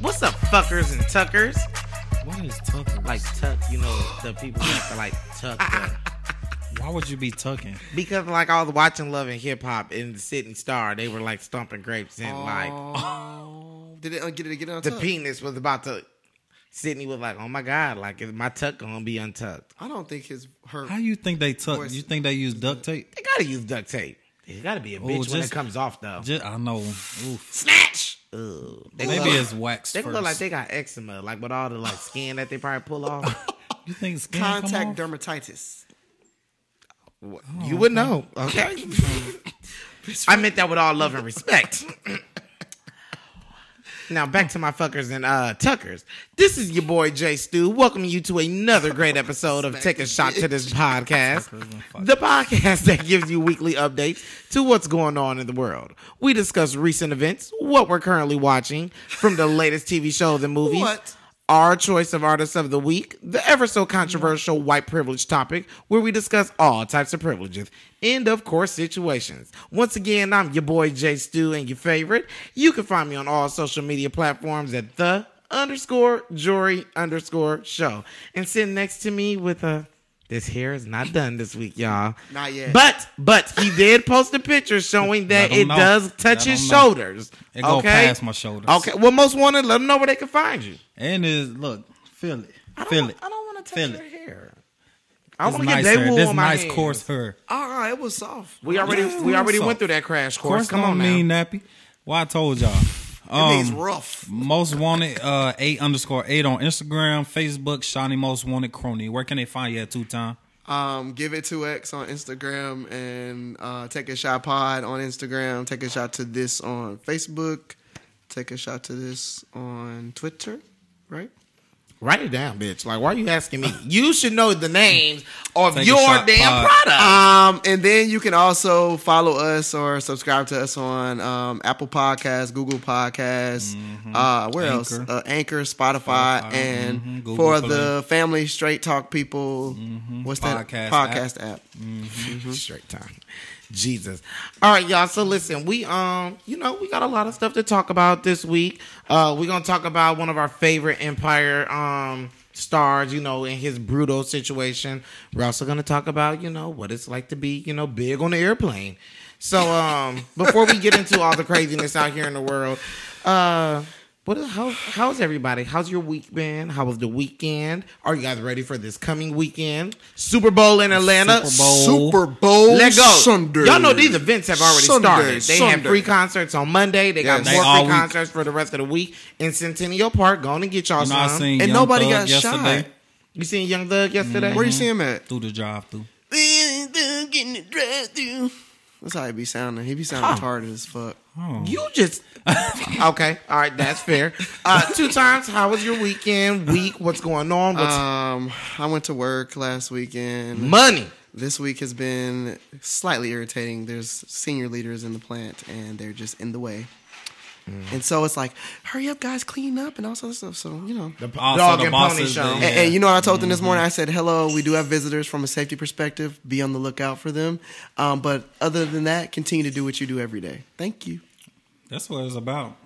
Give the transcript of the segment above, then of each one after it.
What's up, fuckers and tuckers? What is tucking? Like tuck, you know, the people who have to like tuck. Them. why would you be tucking? Ah, Because like all the watching love and hip hop and sitting star, they were like stomping grapes and like Oh, did it uh, get it get it on the top? penis was about to. Sydney was like, "Oh my god, like is my tuck gonna be untucked? I don't think his her. How you think they tuck? course. You think they use duct tape? They gotta use duct tape. It gotta be a bitch when it just- comes off though. Ju- I know. Oof. Snatch. Ugh. They gonna Maybe look- it's wax They first. gonna look like they got eczema, like with all the like skin that they probably pull off. you think skin contact contact dermatitis. you would know, okay? I meant that with all love and respect. now back to my fuckers and uh tuckers. This is your boy Jay Stu, welcoming you to another great episode of Take a Shot to This Podcast. The podcast that gives you weekly updates to what's going on in the world. We discuss recent events, what we're currently watching, from the latest TV shows and movies. What? Our choice of artists of the week, the ever so controversial white privilege topic, where we discuss all types of privileges and, of course, situations. Once again, I'm your boy Jay Stu and your favorite. You can find me on all social media platforms at the underscore jury underscore show. And sitting next to me with a this hair is not done this week, y'all. Not yet. But but he did post a picture showing that I don't it know. does touch I don't his know. shoulders. It go past my shoulders. Okay. Well, most wanted, let them know where they can find you. And is look, feel it, I don't feel want, it. I don't want to touch Feel your it. hair. I This want to get nice day hair. wool This on my nice hands. coarse hair. Ah, it was soft. We already Yeah, we already so- went through that crash course. Coarse Come don't on mean now. nappy. Why I told y'all. That means Um, rough. most wanted uh eight underscore eight on Instagram, Facebook, Shawnee Most Wanted Crony. Where can they find you at two time? Um, give it two X on Instagram and uh, take a shot pod on Instagram. Take a shot to this on Facebook. Take a shot to this on Twitter. Right? Write it down, bitch. Like, why are you asking me? You should know the names of Take a your shot, Uh, damn pod. product. Um, and then you can also follow us or subscribe to us on um, Apple Podcasts, Google Podcasts, Mm-hmm. uh, where else? Anchor. Uh, Anchor, Spotify, Spotify, and mm-hmm. mhm, Google for Play. the Family Straight Talk people. Mm-hmm. What's that Podcast podcast app? Straight time. Jesus. All right, y'all. So listen, we um, you know, we got a lot of stuff to talk about this week. Uh, we're gonna talk about one of our favorite Empire um stars, you know, in his brutal situation. We're also gonna talk about, you know, what it's like to be, you know, big on the airplane. So um before we get into all the craziness out here in the world, uh what is, how, how's everybody? How's your week been? How was the weekend? Are you guys ready for this coming weekend? Super Bowl in Atlanta. Super Bowl. Super Bowl Let go. Sunday. Y'all know these events have already Sunday, started. They have Sunday. free concerts on Monday. They got Yes. more They all free week. concerts for the rest of the week in Centennial Park. Go on and get y'all You know, I some. seen And Young nobody Thug got shot. yesterday you seen Young Thug yesterday? Where you see him at? through the drive through. Getting the drive Mm-hmm. through. That's how he be sounding. He be sounding retarded as fuck. Oh. You just okay. All right, that's fair. Uh, two times. How was your weekend? Week? What's going on? What's Um, I went to work last weekend. money? This week has been slightly irritating. There's senior leaders in the plant, and they're just in the way. Mm. And so it's like, hurry up, guys, clean up, and all sorts of stuff. So you know. The Also, dog the and pony bosses, show. they- And, and you know what I told them Mm-hmm. this morning? I said, "Hello, we do have visitors from a safety perspective. Be on the lookout for them. Um, but other than that, continue to do what you do every day. Thank you. That's what it's about.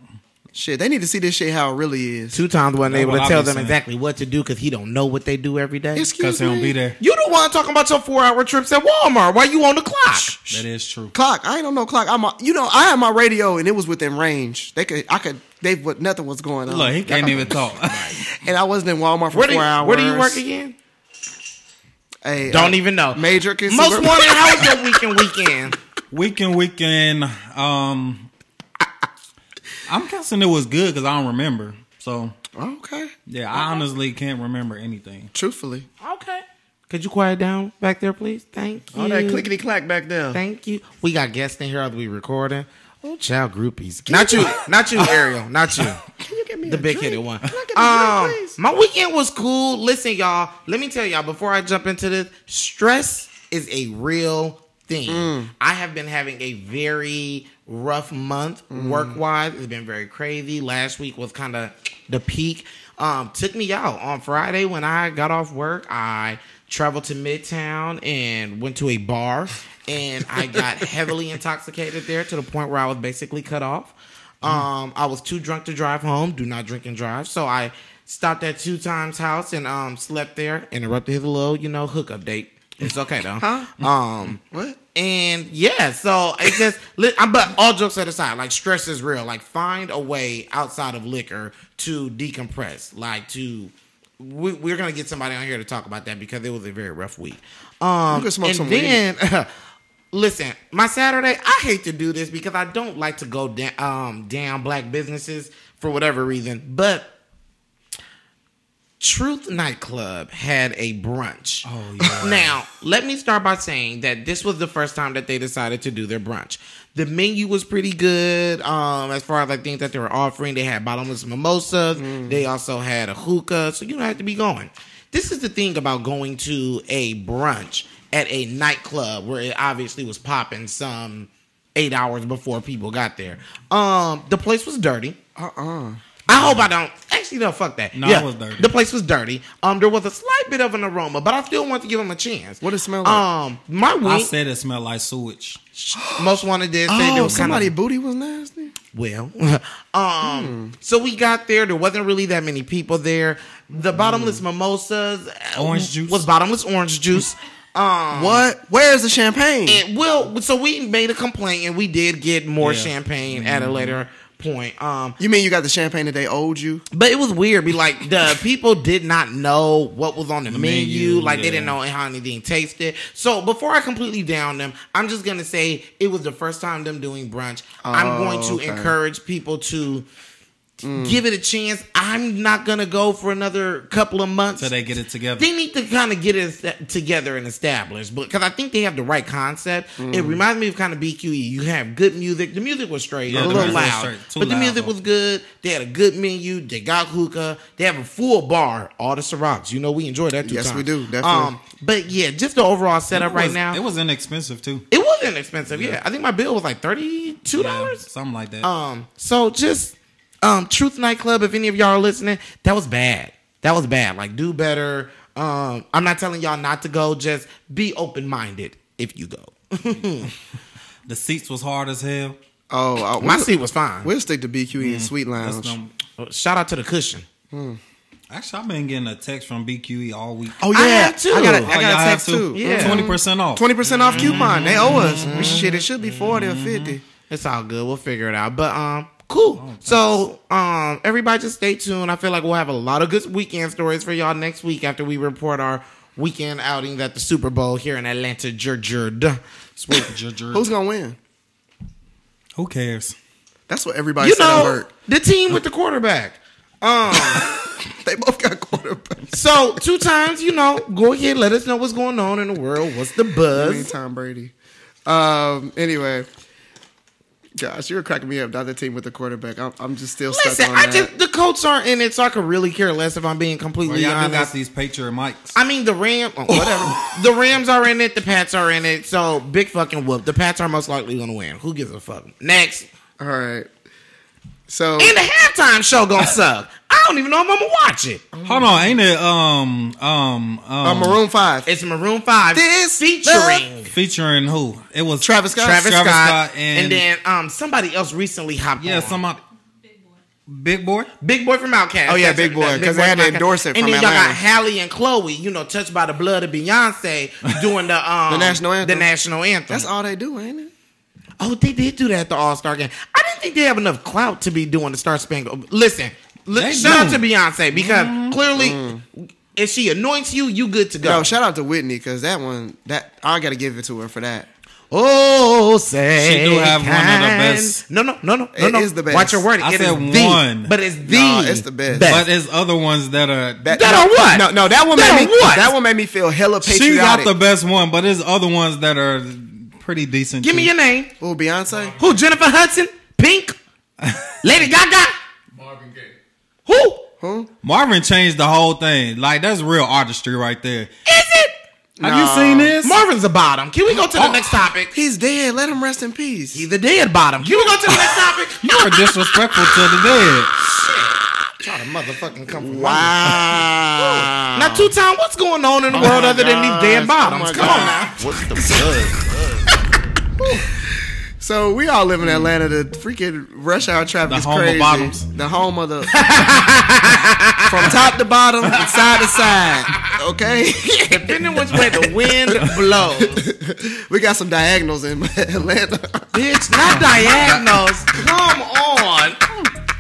Shit, they need to see this shit how it really is. Two times wasn't That's able what to I tell be them saying. exactly what to do because he don't know what they do every day. Cause Excuse he don't me. be there. you the one talking about your four hour trips at Walmart. Why you on the clock? That is true. Clock. I ain't on no clock. I'm. A, you know, I had my radio and it was within range. They could. I could. They. What? Nothing was going on. Look, he can't even talk. and I wasn't in Walmart for Where four do, you, hours. where do you work again? Hey, Don't uh, even know. Major consumer. Most wanted. How was your weekend? Weekend. weekend, weekend. Um, I'm guessing it was good because I don't remember. So okay. yeah, I honestly can't remember anything. Truthfully. Okay. Could you quiet down back there, please? Thank you. clack back there. Thank you. We got guests in here. Are we recording? Oh, child groupies. Not you. Not you, Ariel. Not you. Can you get me the a big drink? headed one. Can I get a Um, drink, please? my weekend was cool. Listen, y'all. Let me tell y'all before I jump into this. Stress is a real thing. I have been having a very rough month work wise. It's been very crazy. Last week was kind of the peak. Um, took me out on Friday when I got off work. I traveled to Midtown and went to a bar, and I got heavily intoxicated there to the point where I was basically cut off. Um, I was too drunk to drive home. Do not drink and drive. So I stopped at two times house and um slept there. Interrupted his little, you know, hookup date. It's okay though. Um, What? and yeah, so it's just, li- I- but all jokes at aside, like stress is real. Like find a way outside of liquor to decompress. Like to, we, we're gonna get somebody on here to talk about that because it was a very rough week. Um, could smoke and some then, listen, my Saturday, I hate to do this because I don't like to go down, um, down black businesses for whatever reason, but. Truth Nightclub had a brunch. Oh, yeah. Now, let me start by saying that this was the first time that they decided to do their brunch. The menu was pretty good um, as far as I think that they were offering. They had bottomless mimosas. Mm. They also had a hookah. So you don't have to be going. This is the thing about going to a brunch at a nightclub where it obviously was popping some eight hours before people got there. Um, the place was dirty. Uh uh I hope I don't. Actually, no, fuck that. No, it was dirty. The place was dirty. Um, there was a slight bit of an aroma, but I still want to give him a chance. What it smell like? Um, my I week, said it smelled like sewage. most wanted did say there Oh, was somebody somebody. booty was nasty. well, Hmm. um, so we got there. There wasn't really that many people there. The bottomless mimosas, uh, Hmm. Orange juice? was bottomless orange juice. Um, What? Where's the champagne? and well, so we made a complaint, and we did get more Yeah. Mm-hmm. champagne at a later point. Um, you mean you got the champagne that they owed you? But it was weird. Be like the people did not know what was on the, menu. menu, Like they yeah. didn't know how anything tasted. So before I completely down them, I'm just gonna say it was the first time them doing brunch. I'm Oh, going to okay. encourage people to give it a chance. I'm not gonna go for another couple of months. So they get it together. They need to kind of get it est- together and established, but because I think they have the right concept. It Mm-hmm. reminds me of kind of BQE. You have good music. The music was straight, Yeah, a the little music was loud, straight. Too but the loud, music though. was good. They had a good menu. They got hookah. They have a full bar. All the Cirocs. You know, we enjoy that. Two Yes, times. Um, we do, definitely. but yeah, just the overall setup It right was- now. It It was. was inexpensive too. It wasn't expensive. Yeah. I think my bill was like thirty two Yeah, dollars. something like Oh. that. Um, so just um Truth Nightclub, if any of y'all are listening, that was bad. That was bad. Like do better. Um, I'm not telling y'all not to go, just be open minded if you go. the seats was hard as hell. Oh, I, My we'll, seat Mm, was fine. we'll stick to BQE and Sweet That's Lounge. them- Shout out to the cushion. Actually, I've been getting a text from BQE all week. Oh yeah, I have too. I got a, Oh, I got a text too. Mm. Yeah. Twenty percent off. Twenty percent off Mm-hmm. coupon. They owe us. Shit, it should be forty or fifty. It's all good. We'll figure it out. But um, cool. so um, everybody just stay tuned. I feel like we'll have a lot of good weekend stories for y'all next week after we report our weekend outing at the Super Bowl here in Atlanta, Georgia. Sweet. Who's gonna win? Who cares? That's what everybody You said at know work. the team with the quarterback. They both got quarterbacks. So two times, you know, go ahead, let us know what's going on in the world. What's the I mean, buzz? Tom Brady. Um. Anyway, gosh, you were cracking me up. Not the team with the quarterback. I'm, I'm just still stuck Listen, on I that. just the Colts aren't in it, so I could really care less if I'm being Well, completely y'all do got honest. these Patriot mics. I mean, the Ram, oh, whatever. the Rams are in it. The Pats are in it. So big fucking whoop. The Pats are most likely gonna win. Who gives a fuck? Next, All right. So Oh. and the halftime show gonna suck. I don't even know if I'm gonna watch it. Hold on, ain't it? Um, um, um, uh, Maroon Five. It's Maroon Five This featuring featuring who? It was Travis Scott. Travis, Travis Scott, Scott and, and- then uh, um somebody else recently hopped Yeah, on. somebody. Big boy. Big Boy from Outkast. Oh, yeah, That's Big it. Boy, That's Big 'cause they had to from Outkast. endorse it And from then y'all Atlanta. got Halle and Chloe, you know, touched by the blood of Beyonce doing the um The national anthem. The national anthem. That's all they do, ain't it? Oh, they did do that at the All Star game. I didn't think they have enough clout to be doing the Star Spangled. Listen, li- They shout out do. to Beyonce because clearly, if she anoints you, you good to go. Mm-hmm. Mm. No, shout out to Whitney because that one, that I gotta give it to her for that. oh, say She do have one of the kind- best. No, no, no, no, no, It no. is the best. Watch your wording. I It is said the, one. but it's the. No, it's the best. But there's other ones that are. That no, or what? No, no, that one That made or me. what? That one made me feel hella patriotic. she got the best one, but there's other ones that are pretty decent. Give me too. your name. Ooh, Beyonce. Who? Jennifer Hudson? Pink? Lady Gaga? Marvin Gaye. Who? Is Who? Marvin changed the whole thing. Like that's real artistry right there. it? Have you No. seen this? Marvin's a bottom. Can we go to the Oh. next topic? He's dead. Let him rest in peace. He's a dead bottom. Can we go to the next topic? you are disrespectful to the dead. Try to motherfucking come from wow. Now, two time, what's going on in the world other than these Oh gosh. damn Oh bottoms? my Come on now. gosh. What's the buzz? So we all live in Atlanta. The freaking rush hour traffic Mm. The is home of crazy. bottoms. The home of the from top to bottom, from side to side. Okay, Depending which way the wind blows. we got some diagonals in Atlanta. Bitch, not diagonals. Come on.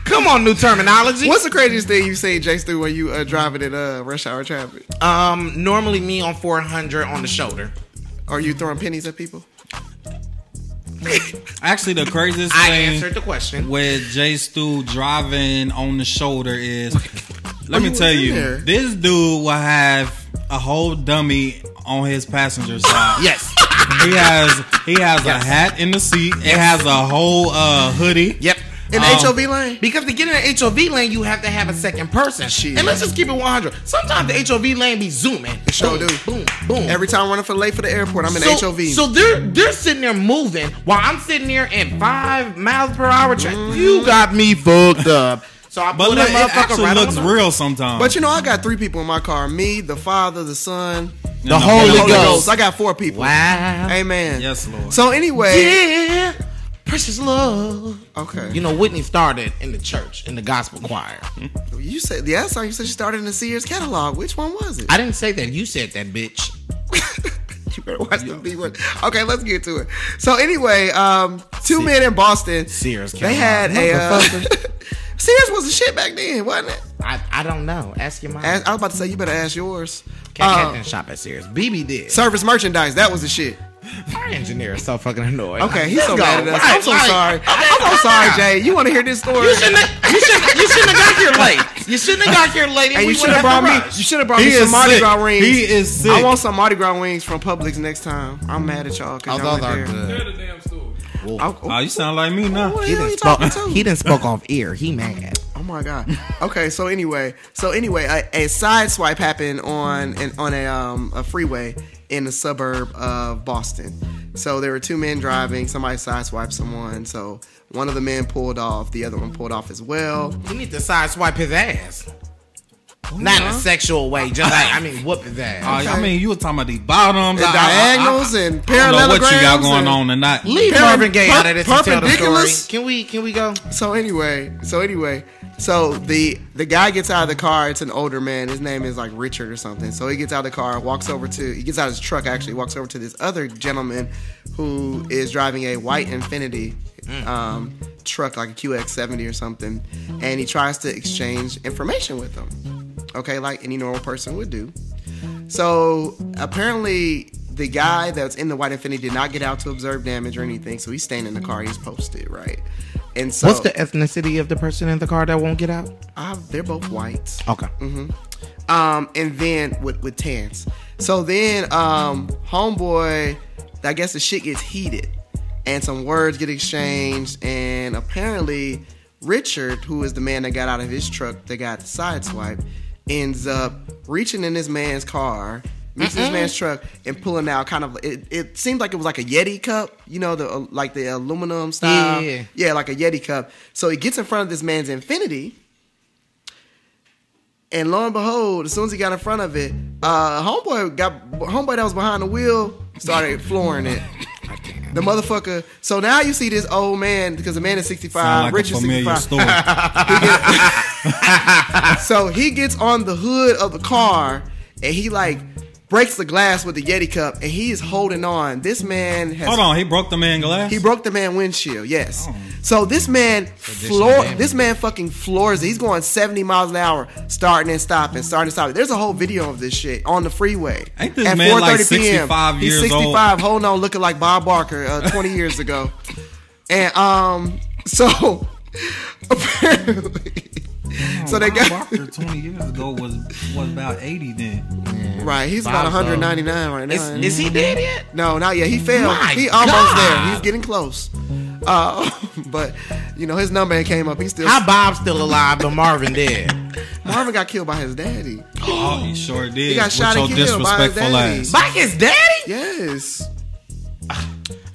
Come on, new terminology. What's the craziest thing you've seen, Jace, do when you uh, driving in uh, rush hour traffic? Um, normally me on 400 on the shoulder. Are you throwing pennies at people? Actually, the craziest I thing answered the question. with Jay Stu driving on the shoulder is let me you tell was in you, there. this dude will have a whole dummy on his passenger side. Yes. He has he has a hat in the seat. It has a whole uh, hoodie. Yep. In Um, HOV lane? Because to get in the HOV lane, you have to have a second person. Shit. And let's just keep it 100. Sometimes the HOV lane be zooming. sure boom, do. Boom, boom. Every time I'm running for late for the airport, I'm in so, HOV. So they're they're sitting there moving while I'm sitting there at five miles per hour. Tra- Mm. You got me fucked up. So I But put look, that it motherfucker actually right looks on the- real sometimes. but you know, I got three people in my car: me, the Father, the Son, And the Holy Holy Ghost. Ghost. I got four people. Wow. Amen. Yes, Lord. So anyway, Yeah, precious love. okay. You know, Whitney started in the church in the gospel choir. You said the last time you said she started in the Sears catalog. Which one was it? I didn't say that. You said that, bitch. you better watch the B one. Okay, let's get to it. So anyway, um, two men in Boston. Sears They catalog. had a. Uh, Sears was the shit back then, wasn't it? I, I don't know. Ask your mom. Ask, I was about to say you better ask yours. Cat Uh, Cat didn't shop at Sears. BB did. service merchandise. That was the shit. Our engineer is so fucking annoyed. Okay, he's Let's so go. mad at us. Right, I'm so like- sorry. Okay, I'm so calm sorry, down. Jay. You want to hear this story? You shouldn't. Have, you shouldn't. You shouldn't have got here late. You shouldn't have got here late. And, Hey, we you should have wouldn't brought me. rushed. You should have brought He me some is Mardi sick. Gras rings. He is sick. I want some Mardi Gras wings from Publix next time. I'm mad at y'all Oh, because y'all those are ain't there. good. Tell the damn story. Oh, oh, you sound like me now. what the He hell didn't you talking to? spoke. He didn't spoke off ear. He mad. Oh my god. Okay, so anyway, so anyway, a, a side swipe happened on an on a um a freeway in the suburb of Boston. So there were two men driving. Somebody side swiped someone. So one of the men pulled off. The other one pulled off as well. You need to side swipe his ass. Not in a sexual way. Just like I mean, whoop his Oh, ass. I mean, you were talking about these bottoms, And I- I- I- diagonals I and don't know what you got parallelograms going and- on tonight. Leave per- Marvin Gaye per- out of this and tell the story. perpendiculous? Can we? Can we go? So anyway, so anyway, so the the guy gets out of the car. It's an older man. His name is like Richard or something. So he gets out of the car, walks over to he gets out of his truck actually, walks over to this other gentleman who is driving a white Infinity Mm. um, truck like a QX70 or something, and he tries to exchange information with him. Okay, like any normal person would do. So apparently, the guy that's in the white Infinity did not get out to observe damage or anything. So he's staying in the car. He's posted, right? And so What's the ethnicity of the person in the car that won't get out? Ah, they're both whites. Okay. Um, and then with with tans. So then, um, homeboy, I guess the shit gets heated, and some words get exchanged, and apparently Richard, who is the man that got out of his truck that got sideswiped, ends up reaching in this man's car. Reaching this man's truck and pulling out kind of it, it seemed like it was like a Yeti cup, you know, the uh, like the aluminum style. Yeah. yeah, like a Yeti cup. So he gets in front of this man's infinity, and lo and behold, as soon as he got in front of it, uh, homeboy got homeboy that was behind the wheel started flooring it. The motherfucker. So now you see this old man because the man is sixty Sound five, like Richard's a Rich is familiar sixty story. five. So he gets on the hood of the car and he like breaks the glass with the Yeti cup and he is holding on. This man has Hold on, he broke the man glass. he broke the man windshield. Yes. Oh. So this man floor damage. this man fucking floors it. He's going 70 miles an hour, starting and stopping, starting and stopping. There's a whole video of this shit on the freeway. Ain't this man like 65 He's years 65, holding on, looking like Bob Barker uh, 20 years ago. And um, so apparently, so they got Proctor twenty years ago was was about eighty then. right. He's about Bob's old. 199 right now. Is, is he dead yet? No, not yet. He failed. My he almost God. there. He's getting close. Uh, but you know his number ain't came up. He still How Bob's still alive, but Marvin dead. Marvin got killed by his daddy. Oh, he sure did. He got shot with and your killed by his disrespectful daddy. ass. Like his daddy? Yes.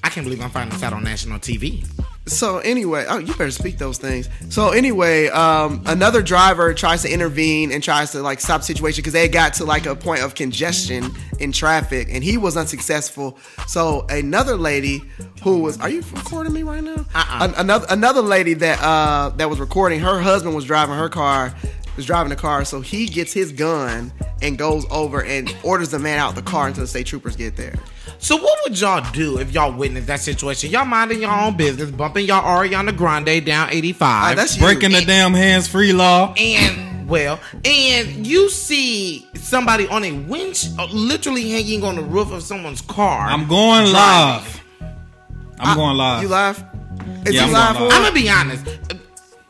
I can't believe I'm finding this out on national TV. So anyway, oh, you better speak those things. So anyway, um, another driver tries to intervene and tries to like stop the situation because they had got to like a point of congestion in traffic, and he was unsuccessful. So another lady who was, are you recording me right now? Uh-uh. An- another another lady that uh, that was recording. Her husband was driving her car, was driving the car, so he gets his gun and goes over and orders the man out the car until the state troopers get there. So what would y'all do if y'all witnessed that situation? Y'all minding your own business, bumping y'all Ariana Grande down 85. Uh, that's you. Breaking the damn hands free law. and well, and you see somebody on a winch, uh, literally hanging on the roof of someone's car. I'm going driving. live. I'm going live. Ah, Uh, You live? Is Yeah, he I'm live? going live. I'm gonna be honest.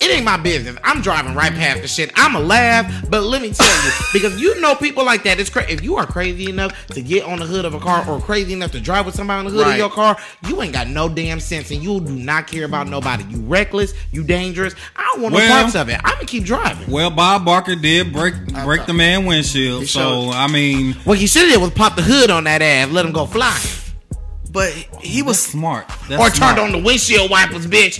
It ain't my business. I'm driving right past the shit. I'ma laugh, but let me tell you, because you know people like that. It's crazy. If you are crazy enough to get on the hood of a car or crazy enough to drive with somebody on the hood of Right. your car, you ain't got no damn sense, and you do not care about nobody. You reckless. You dangerous. I don't want no Well- parts of it. I'ma keep driving. Well, Bob Barker did break break the man windshield. He So showed- I mean, What you should have did was pop the hood on that ass, let him go flying, But he was was smart. That's or turned smart. on the windshield wipers, bitch.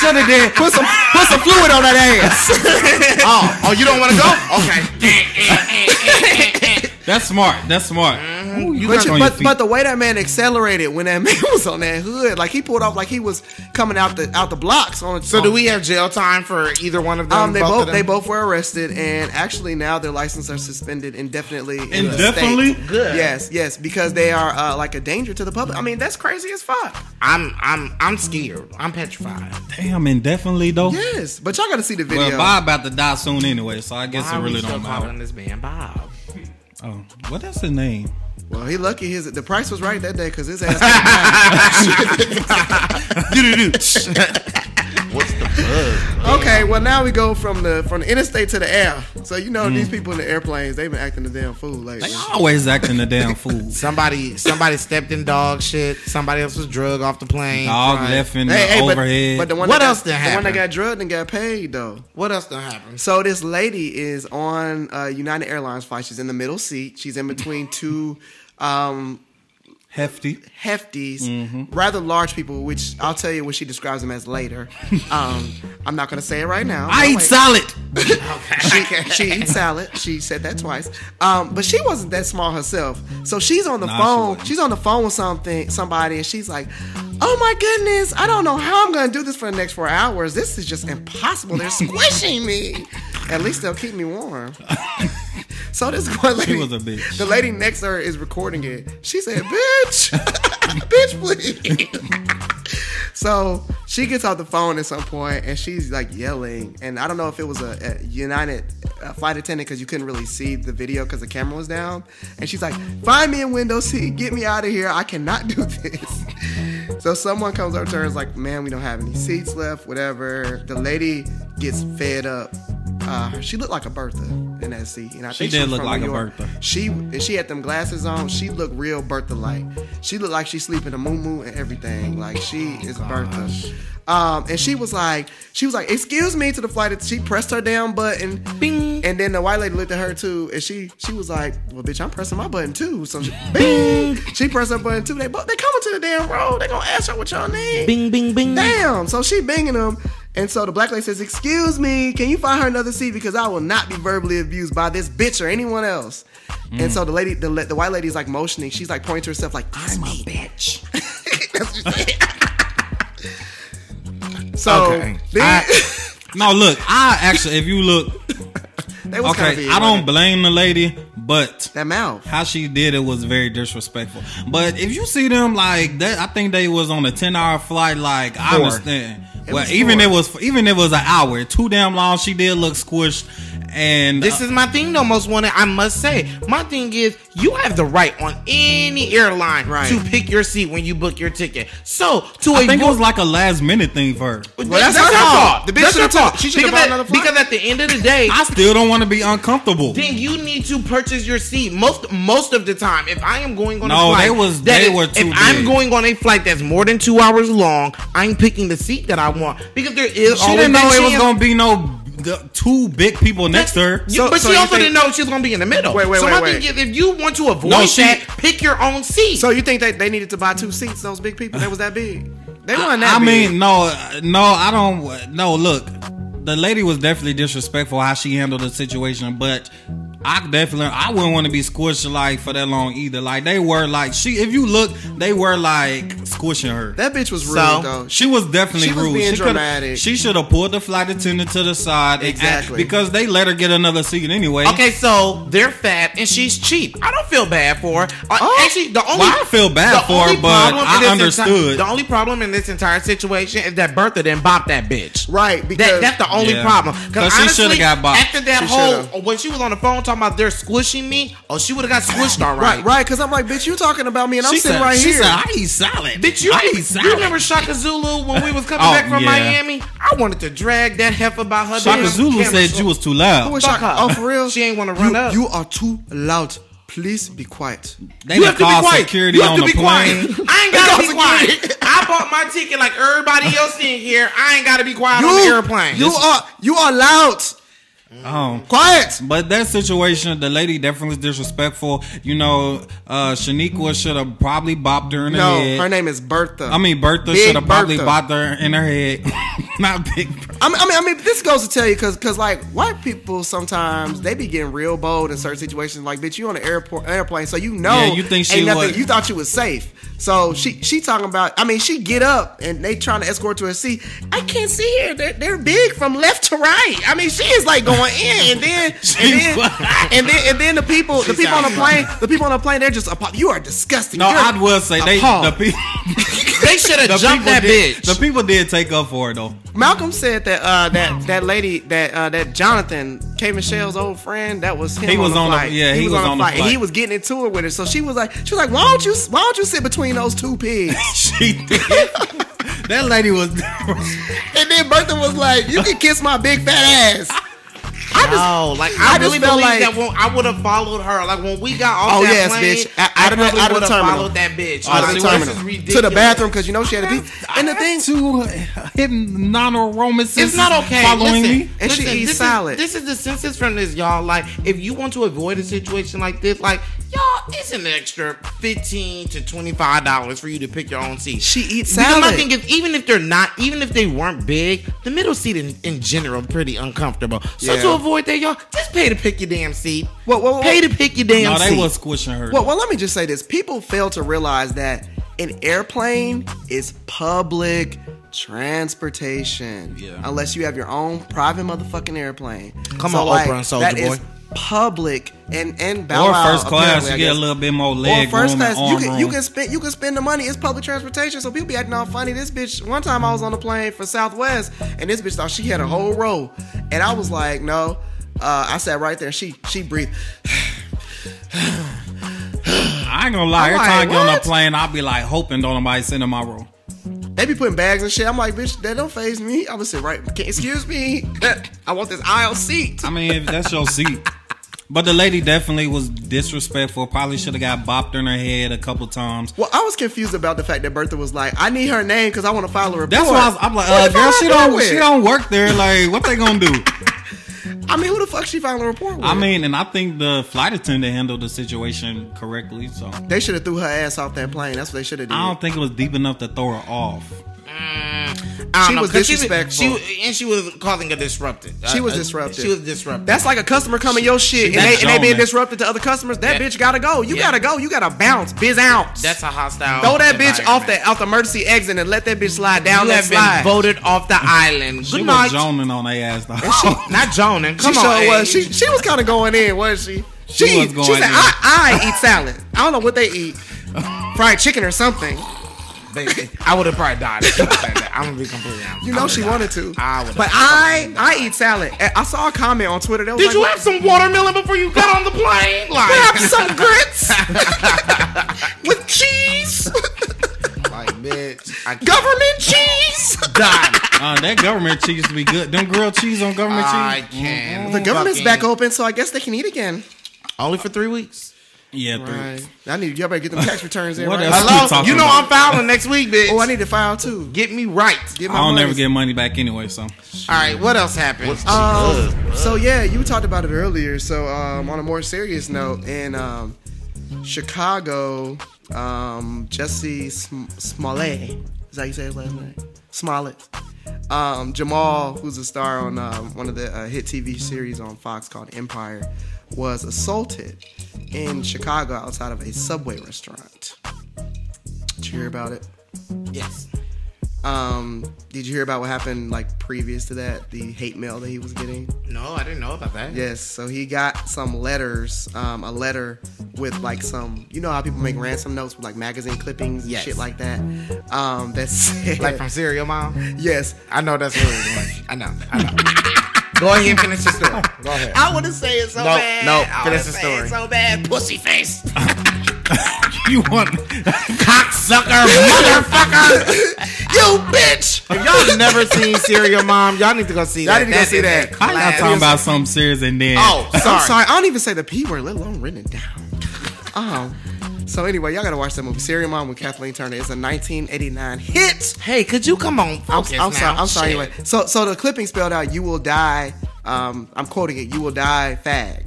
should have did. Put some put some fluid on that ass. oh, oh, you don't want to Eh, go? Okay. That's smart. That's smart. Ooh, you Mm-hmm. But, back you- on your but, feet. but the way that man accelerated when that man was on that hood, like he pulled off like he was coming out the out the blocks on. So do we have jail time for either one of them? Um, they of both them? they both were arrested, and actually now their licenses are suspended indefinitely. in the state. Indefinitely? Good. Yes, yes, because they are uh, like a danger to the public. I mean, that's crazy as fuck. I'm I'm I'm scared. I'm petrified. Damn, indefinitely though. Yes, but y'all got to see the video. Well, Bob about to die soon anyway, so I guess Why are it we really still don't calling matter. this man Bob? Oh, well, that's his name. Well, he lucky his the price was right that day because his ass. What's the buzz? Okay, well now we go from the from the interstate to the air. So you Mm. know these people in the airplanes, they've been acting a damn fool lately. They always acting a damn fool. Somebody somebody stepped in dog shit. Somebody else was drug off the plane. Dog Right. left in the but- overhead. But, the one What that else got, done The one that happened? got drugged and got paid though. What else done happened? So this lady is on uh, United Airlines flight. She's in the middle seat. She's in between two um, Hefty. hefties, Mm-hmm. rather large people, which I'll tell you what she describes them as later. Um, I'm not gonna say it right now. I No, eat wait. salad. she, she eats salad. She said that twice. Um, but she wasn't that small herself. So she's on the Nah, she phone. wasn't. she's on the phone with something, somebody, and she's like, "Oh my goodness, I don't know how I'm gonna do this for the next four hours. This is just impossible. They're squishing me. At least they'll keep me warm." so this one lady, was a bitch. the lady next to her is recording it. She said, "Bitch, bitch, please." So she gets off the phone at some point and she's like yelling. And I don't know if it was a, a United uh flight attendant because you couldn't really see the video because the camera was down. And she's like, Find me a window seat, get me out of here. I cannot do this. so someone comes over to her and is like, Man, we don't have any seats left, whatever. The lady gets fed up. Uh, she looked like a Bertha in that seat. And I She think did was look from like New a York. Bertha. She if she had them glasses on. She looked real Bertha like. She looked like she sleeping a moo and everything. Like she is Bertha. Um, and she was like, she was like, excuse me to the flight. She pressed her down button, Bing. and then the white lady looked at her too, and she she was like, well, bitch, I'm pressing my button too. So she, bing, she pressed her button too. They both they coming to the damn road. They gonna ask her what y'all name. Bing bing bing. Damn. So she binging him. And so the black lady says, Excuse me, can you find her another seat? Because I will not be verbally abused by this bitch or anyone else. Mm. And so the lady, the, the white lady's like motioning. She's like pointing to herself, like, I'm a bitch. That's what she said. so Okay. then- I- No, look, I actually, if you look, they was kind okay, of I don't blame the lady, but That mouth. how she did it was very disrespectful. But if you see them like that, I think they was on a ten hour flight. Like I Four. understand. well, was even four. it was even it was an hour, too damn long. She did look squished, and uh, This is my thing though, most wanted. I must say, my thing is you have the right on any airline Right. to pick your seat when you book your ticket. So to I think it avoid- was like a last minute thing for her. Well, that's, her fault. The bitch should have fault. She should have bought another flight. Because at the end of the day, I still don't want to be uncomfortable. then you need to purchase your seat most most of the time. If I am going on No, a flight, they was- that they is- were if too I'm big. going on a flight that's more than two hours long, I'm picking the seat that I want because there is. She didn't Oh, know it was gonna be no the, two big people next to her. So- but so she you also think- didn't know she was gonna be in the middle. Wait, wait, so wait, my wait. thing is, if you want to avoid No, she- that, pick your own seat. So you think that they needed to buy two seats, those big people? That was that big. They want that. I big. mean, no, uh, no, I don't. No, look, the lady was definitely disrespectful how she handled the situation, but I definitely I wouldn't want to be squished like for that long either. Like they were like she, if you look, they were like squishing her. that bitch was rude So, though. She was definitely She was rude. being she coulda- dramatic. She should have pulled the flight attendant to the side. and act- Exactly. because they let her get another seat anyway. Okay, so they're fat and she's cheap. I don't feel bad for her. Uh, Oh. actually, the only Well, I feel bad the for her, only but problem in I this enti- understood. the only problem in this entire situation is that Bertha didn't bop that bitch. Right, That, because that's the only Yeah. problem. 'Cause Because she shoulda got bopped. After that She whole shoulda. when she was on the phone talking about they're squishing me, oh she would have got squished all right, right. Because I'm like, bitch, you talking about me, and I'm she sitting said, right she here. said, I eat salad. Bitch, you, I eat you salad. remember Shaka Zulu when we was coming Oh, back from yeah. Miami? I wanted to drag that heifer by her. Shaka damn Zulu camera said short. you was too loud. Who is Fuck Shaka? her. Oh, for real? She ain't wanna run you, up. You are too loud. Please be quiet. They done called security You on the plane. quiet. I ain't Call gotta be security. quiet. I bought my ticket like everybody else in here. I ain't gotta be quiet you, on the airplane. You are you are loud. Oh. Quiet. But that situation, the lady definitely was disrespectful. You know, uh, Shaniqua should have probably bopped her in the No, head. her name is Bertha. I mean, Bertha Big should have probably Bertha. bopped her in her head. Not Big Bertha. I mean, I mean, I mean, this goes to tell you because, because like white people sometimes they be getting real bold in certain situations. Like, bitch, you on an airport airplane, so you know, Yeah, you think she ain't nothing, was- you thought you was safe. So she she talking about. I mean, she get up and they trying to escort to her seat. I can't see here. They're, they're big from left to right. I mean, she is like going in, and then and then, and then and then the people the people on the plane the people on the plane they're just apo- you are disgusting. No, You're I will say they appalled. the, people they should the have jumped people that did, bitch. The people did take up for it though. Malcolm said that uh, that that lady that uh, that Jonathan K Michelle's old friend that was him. He was on the- the flight. yeah, he was on the and flight. he was getting into it with her. So she was like, she was like, why don't you why don't you sit between those two pigs? She did. that lady was. and then Bertha was like, you can kiss my big fat ass. I just No, like I I, just really felt believe like- that when I would have followed her. Like when we got off Oh, that yes, plane, bitch. Out- I, out of the- probably out of the would have terminal. followed that bitch. Out of Like, the this terminal. is to the ridiculous. bathroom because you know she had to pee. And the thing, two hidden non-aromances. It's not okay. Following Listen, me. And she listen, eats this salad. Is, this is the census from this, y'all. Like, if you want to avoid a situation like this, like, y'all, it's an extra fifteen to twenty-five dollars for you to pick your own seat. She eats Because salad. my thing is, even if they're not, even if they weren't big, the middle seat in, in general pretty uncomfortable. So Yeah. to avoid that, y'all, just pay to pick your damn seat. Whoa, whoa, whoa. Pay to pick your damn No, they seat. was squishing her. well, well, let me just say this: people fail to realize that an airplane is public. Transportation, Yeah. unless you have your own private motherfucking airplane. Come on, Oprah and Soulja that is Boy. public and and Bow or Wow, first class, apparently, I you get a guess. little bit more leg or first room class, and you arm can you room. can spend you can spend the money. It's public transportation, so people be acting all funny. This bitch. One time I was on a plane for Southwest, and this bitch thought she had a whole row, and I was like, no. Uh, I sat right there. She she breathed. I ain't gonna lie. Every I'm time I like, get on a what? plane, I'll be like hoping don't nobody sit in my row. They be putting bags and shit. I'm like, bitch, that don't phase me. I'm gonna sit right. okay, Excuse me. I want this aisle seat. I mean, if that's your seat. But the lady definitely was disrespectful. Probably should have got bopped in her head a couple times. Well, I was confused about the fact that Bertha was like, I need her name because I want to file a report. That's why I was, I'm like, What uh, the girl, fuck she I got don't with? she don't work there. Like, what they gonna do? I mean, who the fuck she filing a report with? I mean, and I think the flight attendant handled the situation correctly. So they should have threw her ass off that plane. That's what they should have did. I don't think it was deep enough to throw her off. Mm. I don't She know, was 'cause disrespectful. She, and she was causing a disrupted. She was Uh, uh, disruptive. She was disrupted. That's like a customer coming your shit and that they, and they being gentleman. disrupted to other customers. That Yeah. bitch gotta go. You Yeah. gotta go. You gotta bounce. Biz out. That's a hostile. Throw that bitch off environment. the off the emergency exit and let that bitch slide down You that have slide. been voted off the island. She Good was night. joning on their ass though. Not Jonan. she Come on. sure was. hey. She she was kind of going in, wasn't she? She was she going said, in. I, I eat salad. I don't know what they eat. Fried chicken or something. Baby, I would have probably died. if she said that. I'm gonna be completely honest. You I know would've she died. wanted to. I would. But I I eat salad. And I saw a comment on Twitter that was did like, you have some watermelon before you got on the plane? "Perhaps Like, some grits with cheese? like bitch, I can't Government cheese? die. Uh, that government cheese used to be good. Them grilled cheese on government I cheese. Mm-hmm. can. The government's fucking- back open, so I guess they can eat again. only for three weeks. Yeah, three. I need y'all better get them tax returns in. What right else? now. Hello? Hello, talking you know about. I'm filing next week, bitch. Oh, I need to file too. Get me right. Get my I don't money. never get money back anyway. So All right, what else happened? What's the Um, buzz, bro? so yeah, you talked about it earlier. So um, on a more serious note, in um, Chicago, um, Jesse Sm- Smollett, Is that how you say his last name? Smollett. Um, Jamal, who's a star on uh, one of the uh, hit TV series on Fox called Empire, was assaulted in Chicago outside of a Subway restaurant. Did you hear about it? Oh, Yes. Um, did you hear about what happened like previous to that? The hate mail that he was getting? No, I didn't know about that. Yes, so he got some letters, um, a letter with like some, you know how people make ransom notes with like magazine clippings and Yes. shit like that. Um, that said, Like from Serial Mom. yes, I know that's where it's going. I know. I know. Go ahead and finish the story. Go ahead. I want to say it so No, bad. no, I finish wanna the say it story. so bad, pussy face. You want Cocksucker, motherfucker. you bitch. if y'all never seen Serial Mom, y'all need to go see Y'all that. need to go see is that. a I'm not classic. talking about something serious and then Oh, sorry. I'm sorry. I don't even say the P word, let alone written it down. Um, so anyway, y'all gotta watch that movie, Serial Mom with Kathleen Turner. It's a 1989 hit. Hey, could you come on? I'm, Focus I'm now. sorry. I'm sorry. Shit. Anyway, so so the clipping spelled out, "You will die." Um, I'm quoting it. "You will die, fag."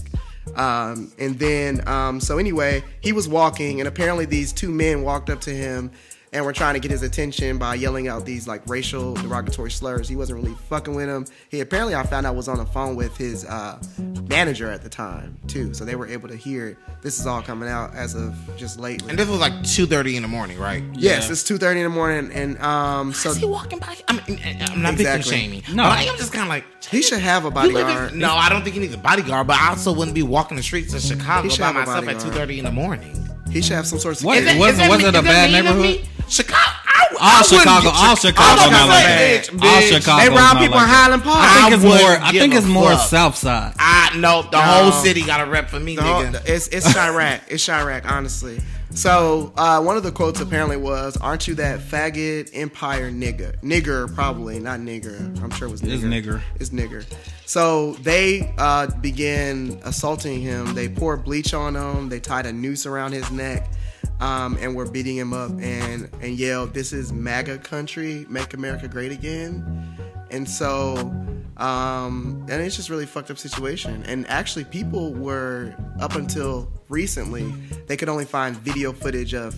Um, and then um, so anyway, he was walking, and apparently these two men walked up to him and were trying to get his attention by yelling out these like racial derogatory slurs. He wasn't really fucking with him. He apparently I found out was on the phone with his uh, manager at the time too, so they were able to hear it. This is all coming out as of just lately. And this was like 2.30 in the morning, right? yes, Yeah. it's two thirty in the morning, and um, so Is he walking by? I mean, I'm not Exactly. victim shaming. No. No. But I am just kind of like, he should have a You live in- bodyguard. no, I don't think he needs a bodyguard, but I also wouldn't be walking the streets of Chicago He should by have a myself at bodyguard. two thirty in the morning. He should have some sort of What? what? It wasn't- wasn't me- a is bad mean to neighborhood? me? Chicago, I, All I wouldn't Chicago- get Chi- all Chicago I'm not like like that. that. All Chicago They is rob not people like in that. Highland Park. I think it's more. wouldn't I give think a it's more fuck. south side. I no, the whole No. city got a rep for me, The whole- nigga. it's it's Chirac. It's Chirac, honestly. So uh, one of the quotes apparently was, "Aren't you that faggot empire nigga? Nigger, probably not nigger. I'm sure it was nigger. It's nigger. It's nigger." So they uh, began assaulting him. They poured bleach on him. They tied a noose around his neck. Um, and were beating him up and and yelled, "This is MAGA country. Make America great again." And so, um, and it's just really fucked up situation. And actually, people were up until recently, they could only find video footage of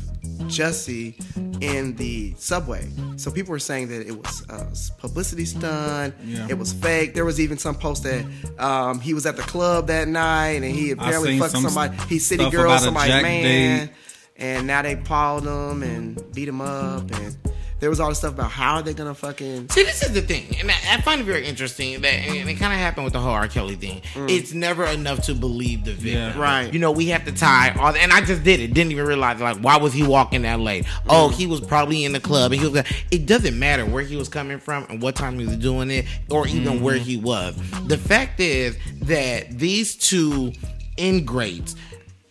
Jesse in the subway. So people were saying that it was a publicity stunt. Yeah. It was fake. There was even some post that um, he was at the club that night and he apparently seen fucked some somebody. He city stuff girl, about a somebody's Jack man date. and now they pawed them and beat them up and there was all this stuff about how are they gonna fucking See, this is the thing, and I, I find it very interesting that, and it kind of happened with the whole R. Kelly thing. It's never enough to believe the victim, Yeah. Right. You know, we have to tie all, and I just did it. Didn't even realize like why was he walking that late? Oh, he was probably in the club, and he was. It doesn't matter where he was coming from and what time he was doing it, or even where he was. The fact is that these two ingrates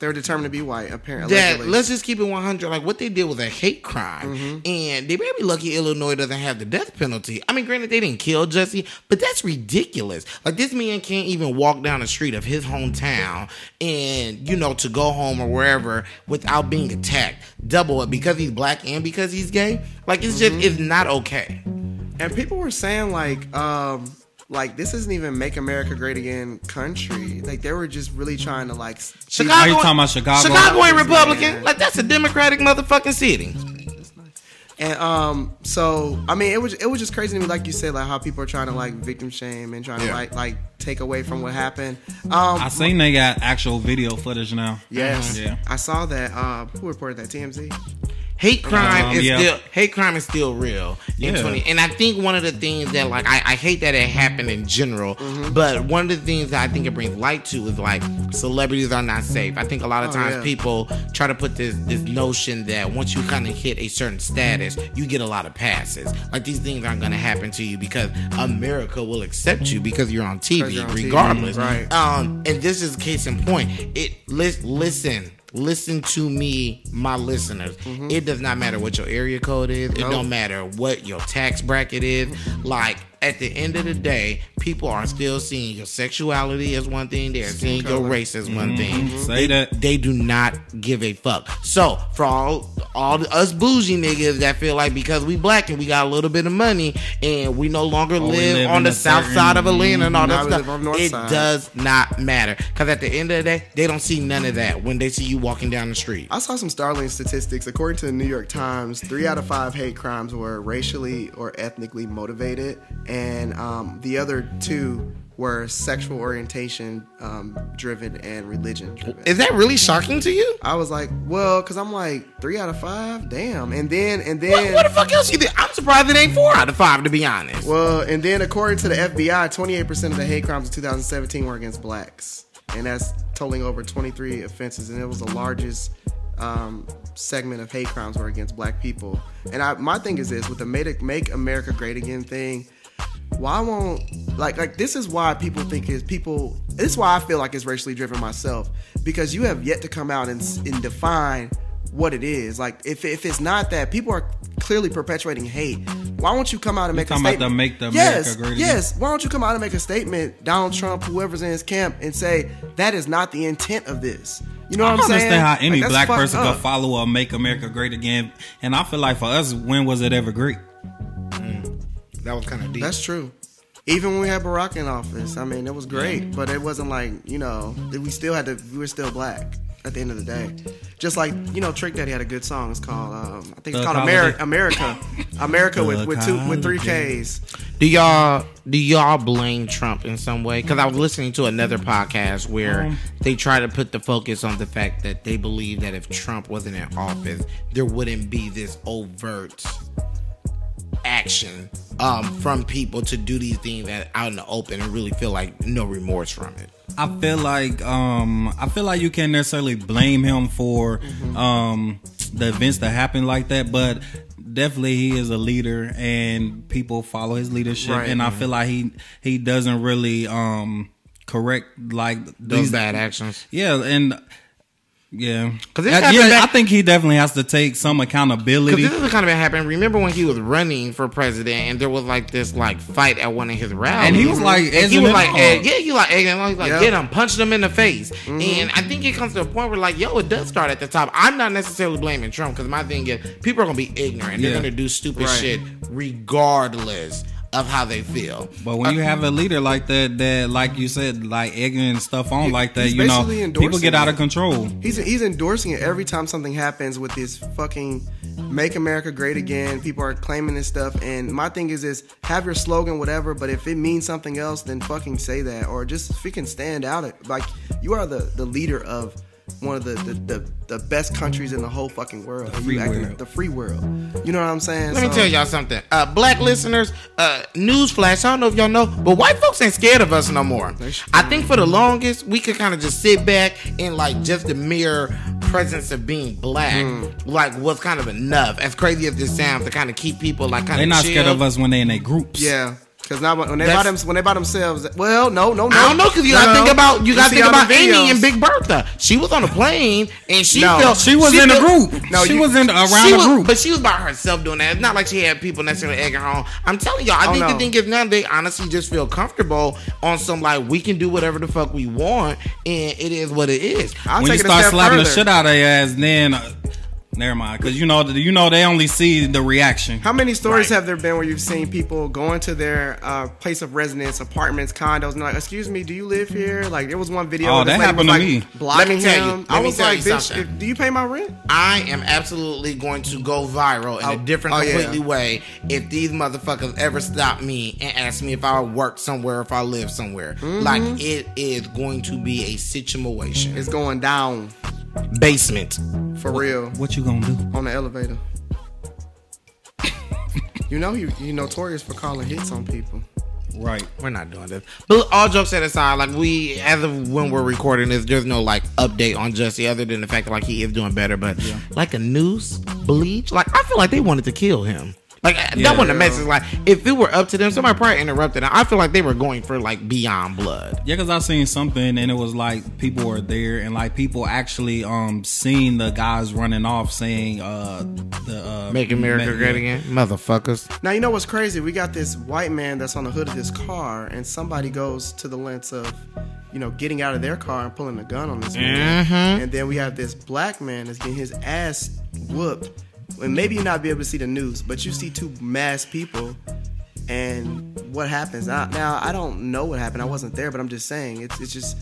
they're determined to be white apparently that allegedly. let's just keep it 100 like what they did was a hate crime Mm-hmm. and they may be lucky illinois doesn't have the death penalty i mean granted they didn't kill jesse but that's ridiculous like this man can't even walk down the street of his hometown and you know to go home or wherever without being attacked double it because he's black and because he's gay like it's Mm-hmm. just it's not okay and people were saying like um like this isn't even make america great again country like they were just really trying to like s- chicago you talking about Chicago? chicago ain't republican Yeah. like that's a democratic motherfucking city and um so i mean it was it was just crazy to me like you said like how people are trying to like victim shame and trying to Yeah. like like take away from what happened um I seen they got actual video footage now. yes Yeah. i saw that uh who reported that tmz hate crime Um, is yeah. still hate crime is still real in Yeah. 20 and i think one of the things that like i, I hate that it happened in general Mm-hmm. but one of the things that i think it brings light to is like celebrities are not safe i think a lot of Oh, times yeah. people try to put this this notion that once you kind of hit a certain status you get a lot of passes like these things aren't going to happen to you because america will accept you because you're on tv you're on TV, regardless right. um, and this is case in point. It lis- listen, listen to me, my listeners. It does not matter what your area code is. It Mm-hmm. Nope. don't matter what your tax bracket is. Like at the end of the day, people are still seeing your sexuality as one thing. They're seeing your race as Mm-hmm. one thing. Say that. They do not give a fuck. So for all all the- us bougie niggas that feel like because we black and we got a little bit of money and we no longer Oh, we live, live on in the a south certain- side of Atlanta and all that Now we live on stuff, north it side. does not matter. Because at the end of the day, they don't see none of that when they see you walking down the street. I saw some startling statistics. According to the New York Times, three out of five hate crimes were racially or ethnically motivated, and um, the other two were sexual orientation um, driven and religion driven. Is that really shocking to you? I was like, well, because I'm like three out of five, damn. And then and What, then what the fuck else you did? I'm surprised it ain't four out of five, to be honest. well, and then according to the FBI, 28% of the hate crimes in 2017 were against blacks, and that's totaling over 23 offenses, and it was the largest um, segment of hate crimes were against black people. And I, my thing is this: with the Make, Make America Great Again thing, why won't like like this is why people think is people this is why I feel like it's racially driven myself because you have yet to come out and, s- and define what it is like if, if it's not that people are clearly perpetuating hate why won't you come out and make a talking about statement the Make the yes America Great Again. yes why don't you come out and make a statement Donald Trump whoever's in his camp and say that is not the intent of this you know I what don't I'm saying understand how any Like, that's black fucked person up. could follow a "Make America Great Again," and I feel like for us, when was it ever great? That was kind of deep. That's true. Even when we had Barack in office, I mean, it was great, but it wasn't like you know we still had to. We were still black at the end of the day. Just like you know, Trick Daddy had a good song. It's called um, I think it's Thug called Holiday. America, America, America with, with two with three Holiday. Ks. Do y'all do y'all blame Trump in some way? Because I was listening to another podcast where Um. they try to put the focus on the fact that they believe that if Trump wasn't in office, there wouldn't be this overt action um, from people to do these things at- out in the open and really feel like no remorse from it. I feel like um I feel like you can't necessarily blame him for Mm-hmm. um the events that happened like that, but definitely he is a leader and people follow his leadership Right. and I feel like he he doesn't really um correct like These these bad actions. yeah and yeah, 'Cause this yeah, happened yeah, I back- think he definitely has to take some accountability. Because this is kind of what happened. Remember when he was running for president, and there was like this like fight at one of his rallies, And he was, like, and he edging was it like, on. eh, yeah, he like, egging along. He's like, Yeah. get him, punch him in the face. Mm-hmm. And I think it comes to a point where like, yo, it does start at the top. I'm not necessarily blaming Trump because my thing is people are gonna be ignorant. They're Yeah. gonna do stupid Right. shit regardless of how they feel. But when you have a leader like that, that like you said, like egging and stuff on like that, he's you know, basically people endorsing get out it. of control. He's he's endorsing it every time something happens with this fucking "Make America Great Again." People are claiming this stuff, and my thing is is have your slogan, whatever. But if it means something else, then fucking say that, or just freaking stand out. It like you are the the leader of one of the the, the, the best countries in the whole fucking world. The free world. the free world. You know what I'm saying? Let me So- tell y'all something. Uh, black listeners, uh, newsflash, I don't know if y'all know, but white folks ain't scared of us no more. I think for the longest, we could kind of just sit back and, like, just the mere presence of being black, Hmm. like, was kind of enough, as crazy as this sounds, to kind of keep people, like, kind They're of not scared of us when they in their groups. Yeah. Cause now when they by them, That's- when they by themselves, well, no, no, no. I don't know because you No, gotta no. think about you gotta see think all the about Amy videos. and Big Bertha. She was on a plane and she No, felt She was in a felt- group. No, she you- was in around she a was, group. But she was by herself doing that. It's not like she had people necessarily egging her on. I'm telling y'all, I Oh, think no. the thing is now they honestly just feel comfortable on some like we can do whatever the fuck we want and it is what it is. I'll when you take it a start step slapping the further. shit out of their ass, then uh, never mind, because you know, you know, they only see the reaction. How many stories Right. have there been where you've seen people going to their uh, place of residence, apartments, condos, and like, excuse me, do you live here? Like, there was one video. Oh, where this that lady happened was, to like, me. Blocking Let me tell you- him. let I me was tell like, you bitch, something. if- do you pay my rent? I am absolutely going to go viral in a Oh, different, oh, yeah. completely way if these motherfuckers ever stop me and ask me if I work somewhere, if I live somewhere. Like Mm-hmm. it is going to be a situation. It's going down basement. for real What you gonna do? on the elevator. you know, you you notorious for calling hits on people. Right. We're not doing this. But all jokes set aside, like we, as of when we're recording this, there's no like update on Jesse other than the fact that like he is doing better. But like a noose, bleach, like I feel like they wanted to kill him. Like that wasn't a message. Like if it were up to them, somebody probably interrupted. I feel like they were going for like Beyond Blood. Yeah, cause I seen something and it was like people were there and like people actually um seen the guys running off saying uh the uh, Make America Ma- great again, motherfuckers. Now you know what's crazy? We got this white man that's on the hood of this car, and somebody goes to the lengths of, you know, getting out of their car and pulling a gun on this man. And then we have this black man that's getting his ass whooped. And maybe you not be able to see the news, but you see two mass people, and what happens? Now, now I don't know what happened. I wasn't there, but I'm just saying it's it's just.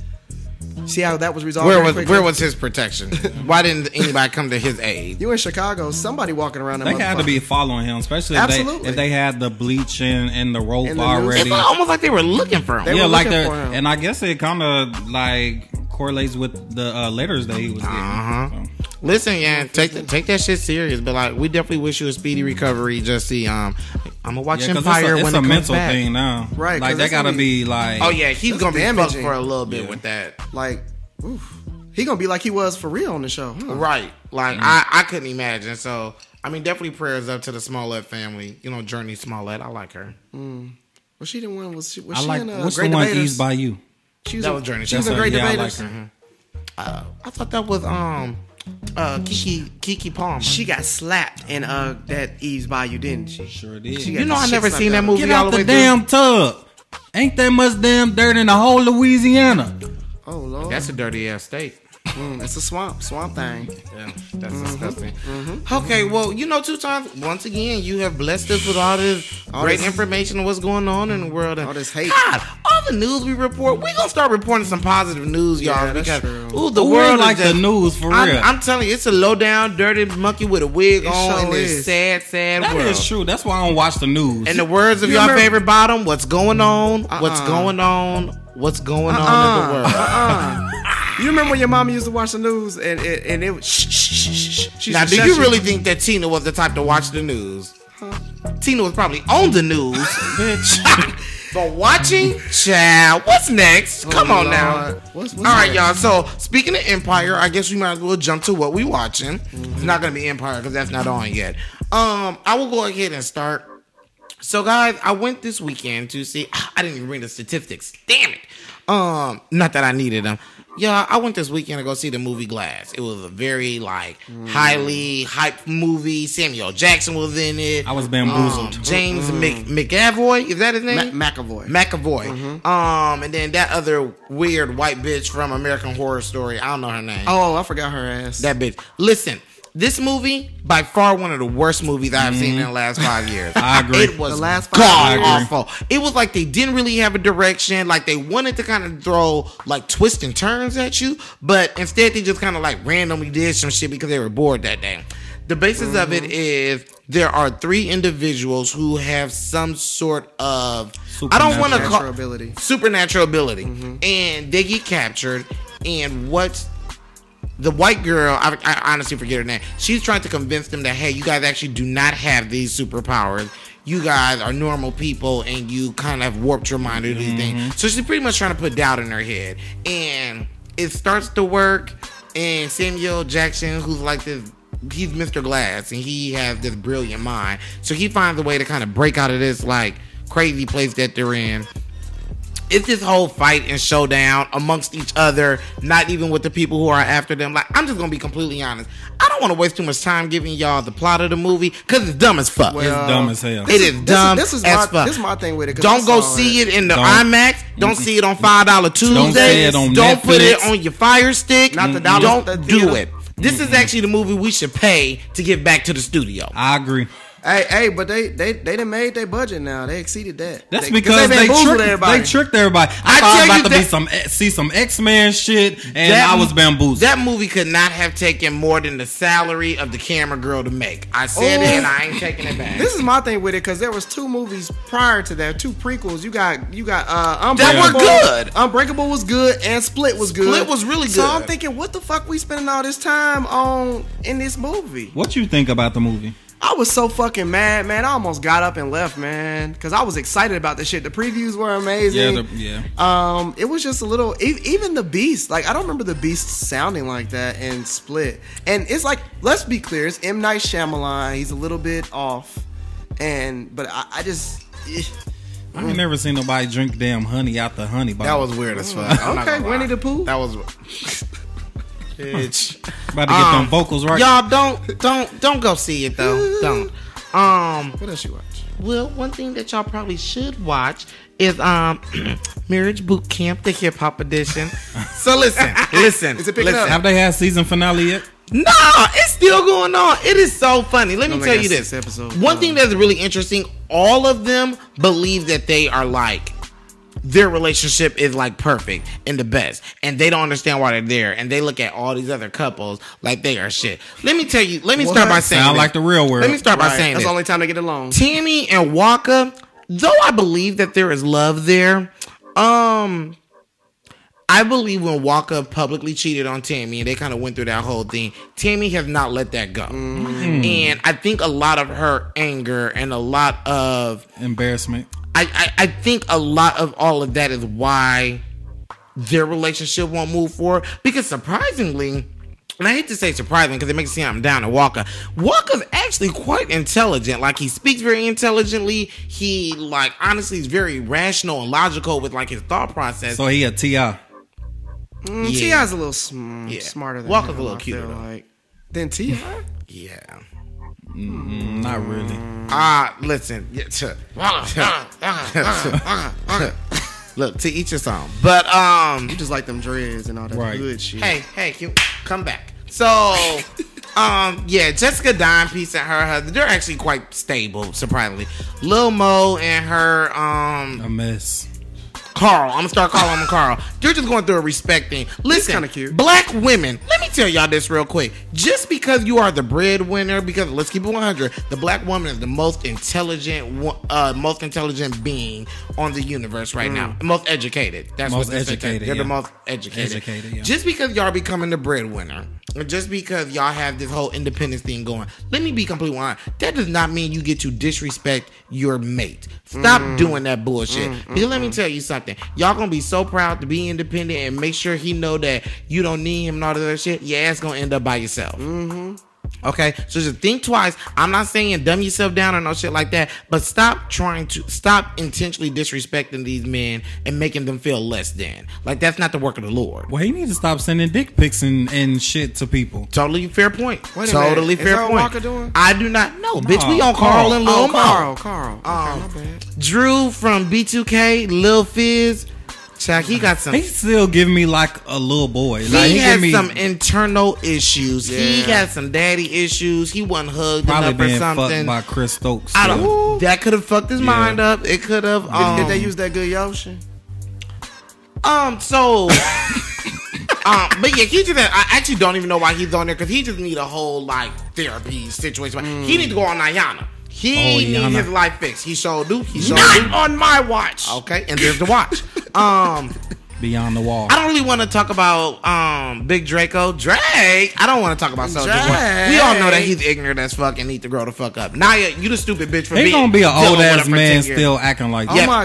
See how that was resolved. Where very was quickly? where was his protection? Why didn't anybody come to his aid? you in Chicago? Somebody walking around. That They had to be following him, especially if they, Absolutely. if they had the bleach and, and the rope And the news. It's already. almost like they were looking for him. They yeah, were like looking the for him. and I guess it kind of like correlates with the uh, letters that he was getting. Uh-huh. So. Listen, yeah, take th- take that shit serious. But like, we definitely wish you a speedy recovery. Just see, um, I'm gonna watch Yeah, 'cause Empire it's a, when it's it a comes mental back. thing now, Right, Like 'cause that it's gotta gonna be be- like, Oh yeah, he's That's gonna be fucked damaging. for a little bit Yeah. with that. like, oof. he gonna be like he was for real on the show. Hmm. huh? Right. Like I, I couldn't imagine. So I mean definitely prayers up to the Smollett family. You know, Journey Smollett. I like her. Was she the one? Was she? Was I she like in uh, what's the Great one Debaters? eased by you? She was That in- was Journey She was in That's Great a- yeah, I Debaters. like her. Uh, I thought that was um uh Kiki Kiki Palmer. She got slapped in uh that Ease by you, didn't she? Sure did. She you got know the I shit never slapped seen out that of her. movie Get all the out the way damn tub. Ain't that much damn dirt in the whole Louisiana? Oh lord, through. That's a dirty ass state. Mm, it's a swamp, swamp thing. Yeah, that's disgusting. Okay, well, you know, two times. Once again, you have blessed us with all this All great this- information on what's going on in the world. And All this hate. God, all the news we report, we gonna start reporting some positive news, y'all. Yeah, that's because true. ooh, the Who world ain't like is just, the news for I'm, real. I'm telling you, it's a low down, dirty monkey with a wig It on in sure this is. sad, sad That is world. true. That's why I don't watch the news. In the words of You your remember- favorite bottom, what's going on? What's Uh-uh. going on? What's going on in the Uh-uh. world? You remember when your mama used to watch the news and it, and it was shh shh shh shh. shh. She Now, used do to shut you really think that Tina was the type to watch the news? Tina was probably on the news, bitch. but watching? Child, what's next? Oh, Come on Lord. now. What's, what's All right, next? y'all. So, speaking of Empire, I guess we might as well jump to what we watching. It's not going to be Empire because that's not on yet. Um, I will go ahead and start. So, guys, I went this weekend to see. ah, I didn't even bring the statistics. Damn it. Um, not that I needed them. Yeah, I went this weekend to go see the movie Glass. It was a very like highly hyped movie. Samuel Jackson was in it. I was bamboozled. Um, James Mc, McAvoy, is that his name? Mm-hmm. Ma- McAvoy. Mm-hmm. McAvoy. Um, and then that other weird white bitch from American Horror Story. I don't know her name. Oh, I forgot her ass. That bitch. Listen, this movie by far one of the worst movies I've seen in the last five years. Mm-hmm. I agree. It was The last five god years. I awful. It was like they didn't really have a direction. Like they wanted to kind of throw like twists and turns at you, but instead they just kind of like randomly did some shit because they were bored that day. The basis of Mm-hmm. it is there are three individuals who have some sort of I don't want to Supernatural call ability. supernatural ability, and they get captured. And what the white girl, I, I honestly forget her name. She's trying to convince them that hey, you guys actually do not have these superpowers. You guys are normal people, and you kind of warped your mind to these things. So she's pretty much trying to put doubt in her head, and it starts to work. And Samuel Jackson, who's like this. He's Mr. Glass and he has this brilliant mind. So he finds a way to kind of break out of this like crazy place that they're in it's this whole fight and showdown amongst each other, not even with the people who are after them. Like, I'm just gonna be completely honest. I don't want to waste too much time giving y'all the plot of the movie because it's dumb as fuck. Well, dumb as hell. it is dumb This is, this is as my fuck. this is my thing with it. 'cause I don't go saw see it in the Don't- IMAX. Don't see it on five dollar Tuesday. Don't, see it on put it Netflix. on your Fire Stick. Not the dollar- Don't the do theater. it. This is actually the movie we should pay to get back to the studio. I agree. Hey, hey, but they they they done made their budget now. They exceeded that. That's They- because been they, bamboozled tricked everybody. They tricked everybody. I, I thought tell about you to be that- some E, see some X Men shit, and That- I was bamboozled. That movie could not have taken more than the salary of the camera girl to make. I said Oh. it, and I ain't taking it back. This is my thing with it because there was two movies prior to that, two prequels. You got you got uh, That were Unbreakable. good. Unbreakable was good, and Split was good. Split was really So good. I'm thinking, what the fuck we spending all this time on in this movie? what you think about the movie? I was so fucking mad, man. I almost got up and left, man, because I was excited about this shit. The previews were amazing. Yeah, the- yeah. Um, it was just a little. e- Even the Beast, like I don't remember the Beast sounding like that in Split. And it's like, let's be clear, it's M Night Shyamalan. He's a little bit off. And but I, I just eh. I ain't never seen nobody drink damn honey out the honey That bottle. was weird as fuck. I'm not Okay, gonna lie. Winnie the Pooh? That was. Bitch. about to get Um, them vocals right. Y'all don't don't don't go see it though. don't. Um. what else you watch? Well, one thing that y'all probably should watch is um Marriage Boot Camp, the hip hop edition. so listen, listen, Is it picking listen. up? Have they had season finale yet? No, it's still going on. It is so funny. Let me Don't tell make you that this. sixth episode. One No. thing that's really interesting, all of them believe that they are like their relationship is like perfect and the best. And they don't understand why they're there. And they look at all these other couples like they are shit. Let me tell you, let me start by What? saying Sound this. like the real world. Let me start by Right, saying that's this. the only time they get along. Tammy and Waka, though I believe that there is love there, um, I believe when Waka publicly cheated on Tammy and they kind of went through that whole thing, Tammy has not let that go. And I think a lot of her anger and a lot of Embarrassment. I, I, I think a lot of all of that is why their relationship won't move forward. Because surprisingly, and I hate to say surprising because it makes it seem I'm down to Walker. Walker's actually quite intelligent. Like he speaks very intelligently. He like honestly is very rational and logical with like his thought process. So he a Ti. Mm, Yeah. Ti's a little sm- Yeah. smarter than Walker's a him, little I cuter, feel though. like. Than Ti? yeah. Mm, Not really. Ah, listen. Yeah, t- Look, to each his own. But um You just like them dreads and all that Right. good shit. Hey, hey, you come back. So, um, yeah, Jessica Dime Peace and her husband, they're actually quite stable, surprisingly. Lil Mo and her um A mess. Carl, I'm gonna start calling him Carl. They're just going through a respect thing. Listen, kinda cute. black women, let me tell y'all this real quick. Just because you are the breadwinner, because let's keep it 100, the black woman is the most intelligent, wo- uh, most intelligent being on the universe right now. Most educated. That's Mm. Most what they say. educated, They're the yeah. most educated. Educated, yeah. Just because y'all becoming the breadwinner, and just because y'all have this whole independence thing going, let me be completely honest. That does not mean you get to disrespect your mate. Stop doing that bullshit. because let me tell you something. Y'all gonna be so proud to be independent and make sure he know that you don't need him and all that other shit. Your ass gonna end up by yourself. Okay, so just think twice. I'm not saying dumb yourself down or no shit like that, but stop trying to stop intentionally disrespecting these men and making them feel less than. Like that's not the work of the Lord. Well, he need to stop sending dick pics and, and shit to people. Totally fair point. Wait a totally minute. Is fair that what point. Walker doing? I do not know, bitch. We No, on Carl Carl. and Lil Oh, Mo. Carl, Carl. Um, Okay, my bad. Drew from B2K, Lil Fizz. Chuck, he got some. He still give me like a little boy. Like, he give has me some internal issues. He Yeah. got some daddy issues. He wasn't hugged probably enough or being fucked something. by Chris Stokes. I yeah. don't. That could have fucked his Yeah. mind up. It could have. Um, Did they use that good Yoshin? Um, so, um, but yeah, he just, I actually don't even know why he's on there because he just need a whole like therapy situation. He need to go on Ayana. He Hmm. Oh, need Yana. his life fixed. He showed do. He showed Not on my watch. Okay, and there's the watch. um, uh, Beyond the wall. I don't really want to talk about um Big Draco Drake. I don't want to talk about Soldier Boy. We all know that he's ignorant as fuck and need to grow the fuck up. Naya, you the stupid bitch for They being gonna be an dealing old with him ass for man 10 years. still acting like Oh that. Yeah. my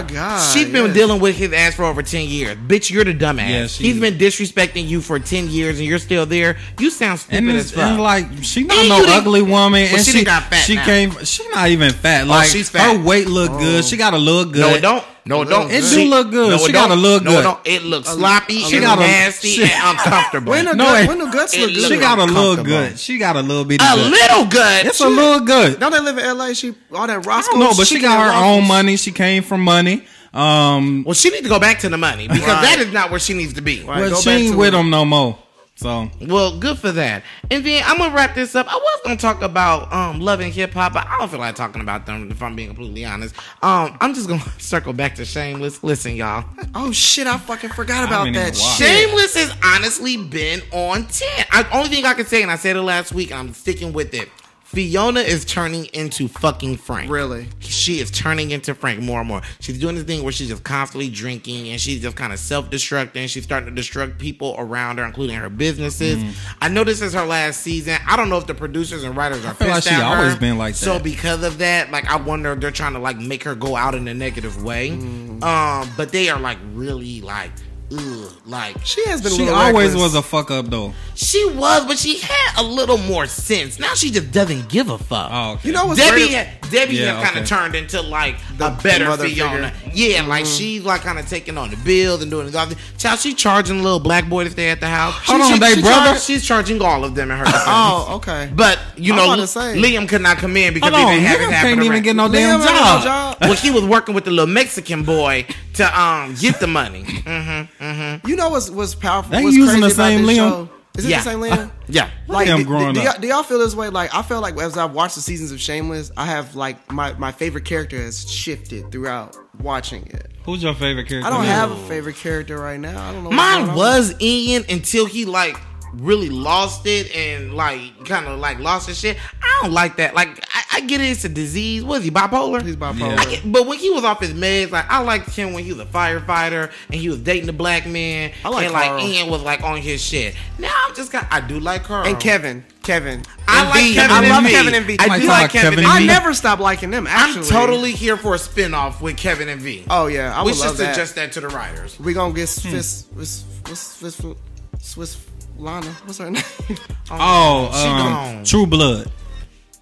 God. She's been yes. dealing with his ass for over 10 years. Bitch, you're the dumbass. Yeah, she- He's been disrespecting you for 10 years and you're still there. You sound stupid And as it's, fuck. and like she not And no you done- ugly woman, Well, and she she done got fat she now. Oh, came. She not even fat. Like she's fat. Oh. her weight look good. She got a look good. no, it don't. No, it don't. It do She- look good. No, it She gotta don't. look No, good. it don't. It looks sloppy. She She got gotta- nasty she- and uncomfortable. When the, a, No, gut, it- when the guts it look looks- good. She got a look uncomfortable. good. She got a little bitty. gut. little good. It's a little good. Don't they live in LA? She all that I Roscoe. don't know, but she chicken got and her waffles. own money. She came from money. Um, well, she needs to go back to the money because Right. that is not where she needs to be. Right, but go she back ain't to with it. him no more. So Well, good for that. And then I'm gonna wrap this up. I was gonna talk about um love and hip hop, but I don't feel like talking about them if I'm being completely honest. Um, I'm just gonna circle back to Shameless. Listen, y'all. Oh shit! I fucking forgot about even that watch. shit. Shameless has honestly been on 10. I only thing I can say, and I said it last week, and I'm sticking with it. Fiona is turning into fucking Frank. Really? She is turning into Frank more and more. She's doing this thing where she's just constantly drinking and she's just kind of self destructing. She's starting to destruct people around her, including her businesses. Mm. I know this is her last season. I don't know if the producers and writers are feel like pissed she at her. always been like So that. because of that, like I wonder if they're trying to like make her go out in a negative way. Mm-hmm. Um, but they are like really like, ugh, like She has been. a she little always was reckless. a fuck up though. She was, but she had a little more sense. Now she just doesn't give a fuck. Oh, okay. You know what's Debbie, great? had- Debbie Yeah, kind of okay. turned into like The- a better the mother Fiona. Yeah, like Mm-hmm. she's like kind of taking on the bills and doing the other. Child, she charging little black boy to stay at the house. Hold She- on, she- they she brother? charge- she's charging all of them in her. defense. Oh, okay. But you I know, wanna say- Liam could not come in because Hold on, he didn't have his nigga half of can't the even rent. get no Liam damn ain't job. got no job. well, he was working with the little Mexican boy to um get the money. Mm-hmm. You know what's what's powerful? They what's using crazy the about same this Liam. show? Is it Mm-hmm. Yeah. Uh, the same Liam? Yeah. Like, Liam do, growing do, do up. y'all, do y'all feel this way? Like, I feel like as I've watched the seasons of Shameless, I have like my my favorite character has shifted throughout watching it. Who's your favorite character? I don't have a favorite character right now. I don't know. what's going Mine on. was Ian until he like really lost it and like kind of like lost his shit. I don't like that. Like I, I get it, it's a disease. What is he bipolar? He's I bipolar. get- but when he was off his meds, like I liked him when he was a firefighter and he was dating a black man. I like and like Carl. Ian was like on his shit. Now I'm just kind. I do like Carl And Kevin, Kevin, I like V. Kevin. I Um, and love V. Kevin and V. I My do God, like Kevin. Kevin and and V. I V. never stopped liking them. I'm Actually, totally here for a spinoff with Kevin and V. Oh yeah, I we would should love that. suggest that to the writers. We gonna get Hmm. Swiss, Swiss, Swiss, Swiss, Swiss Lana. What's her name? Oh, She um, gone. True Blood.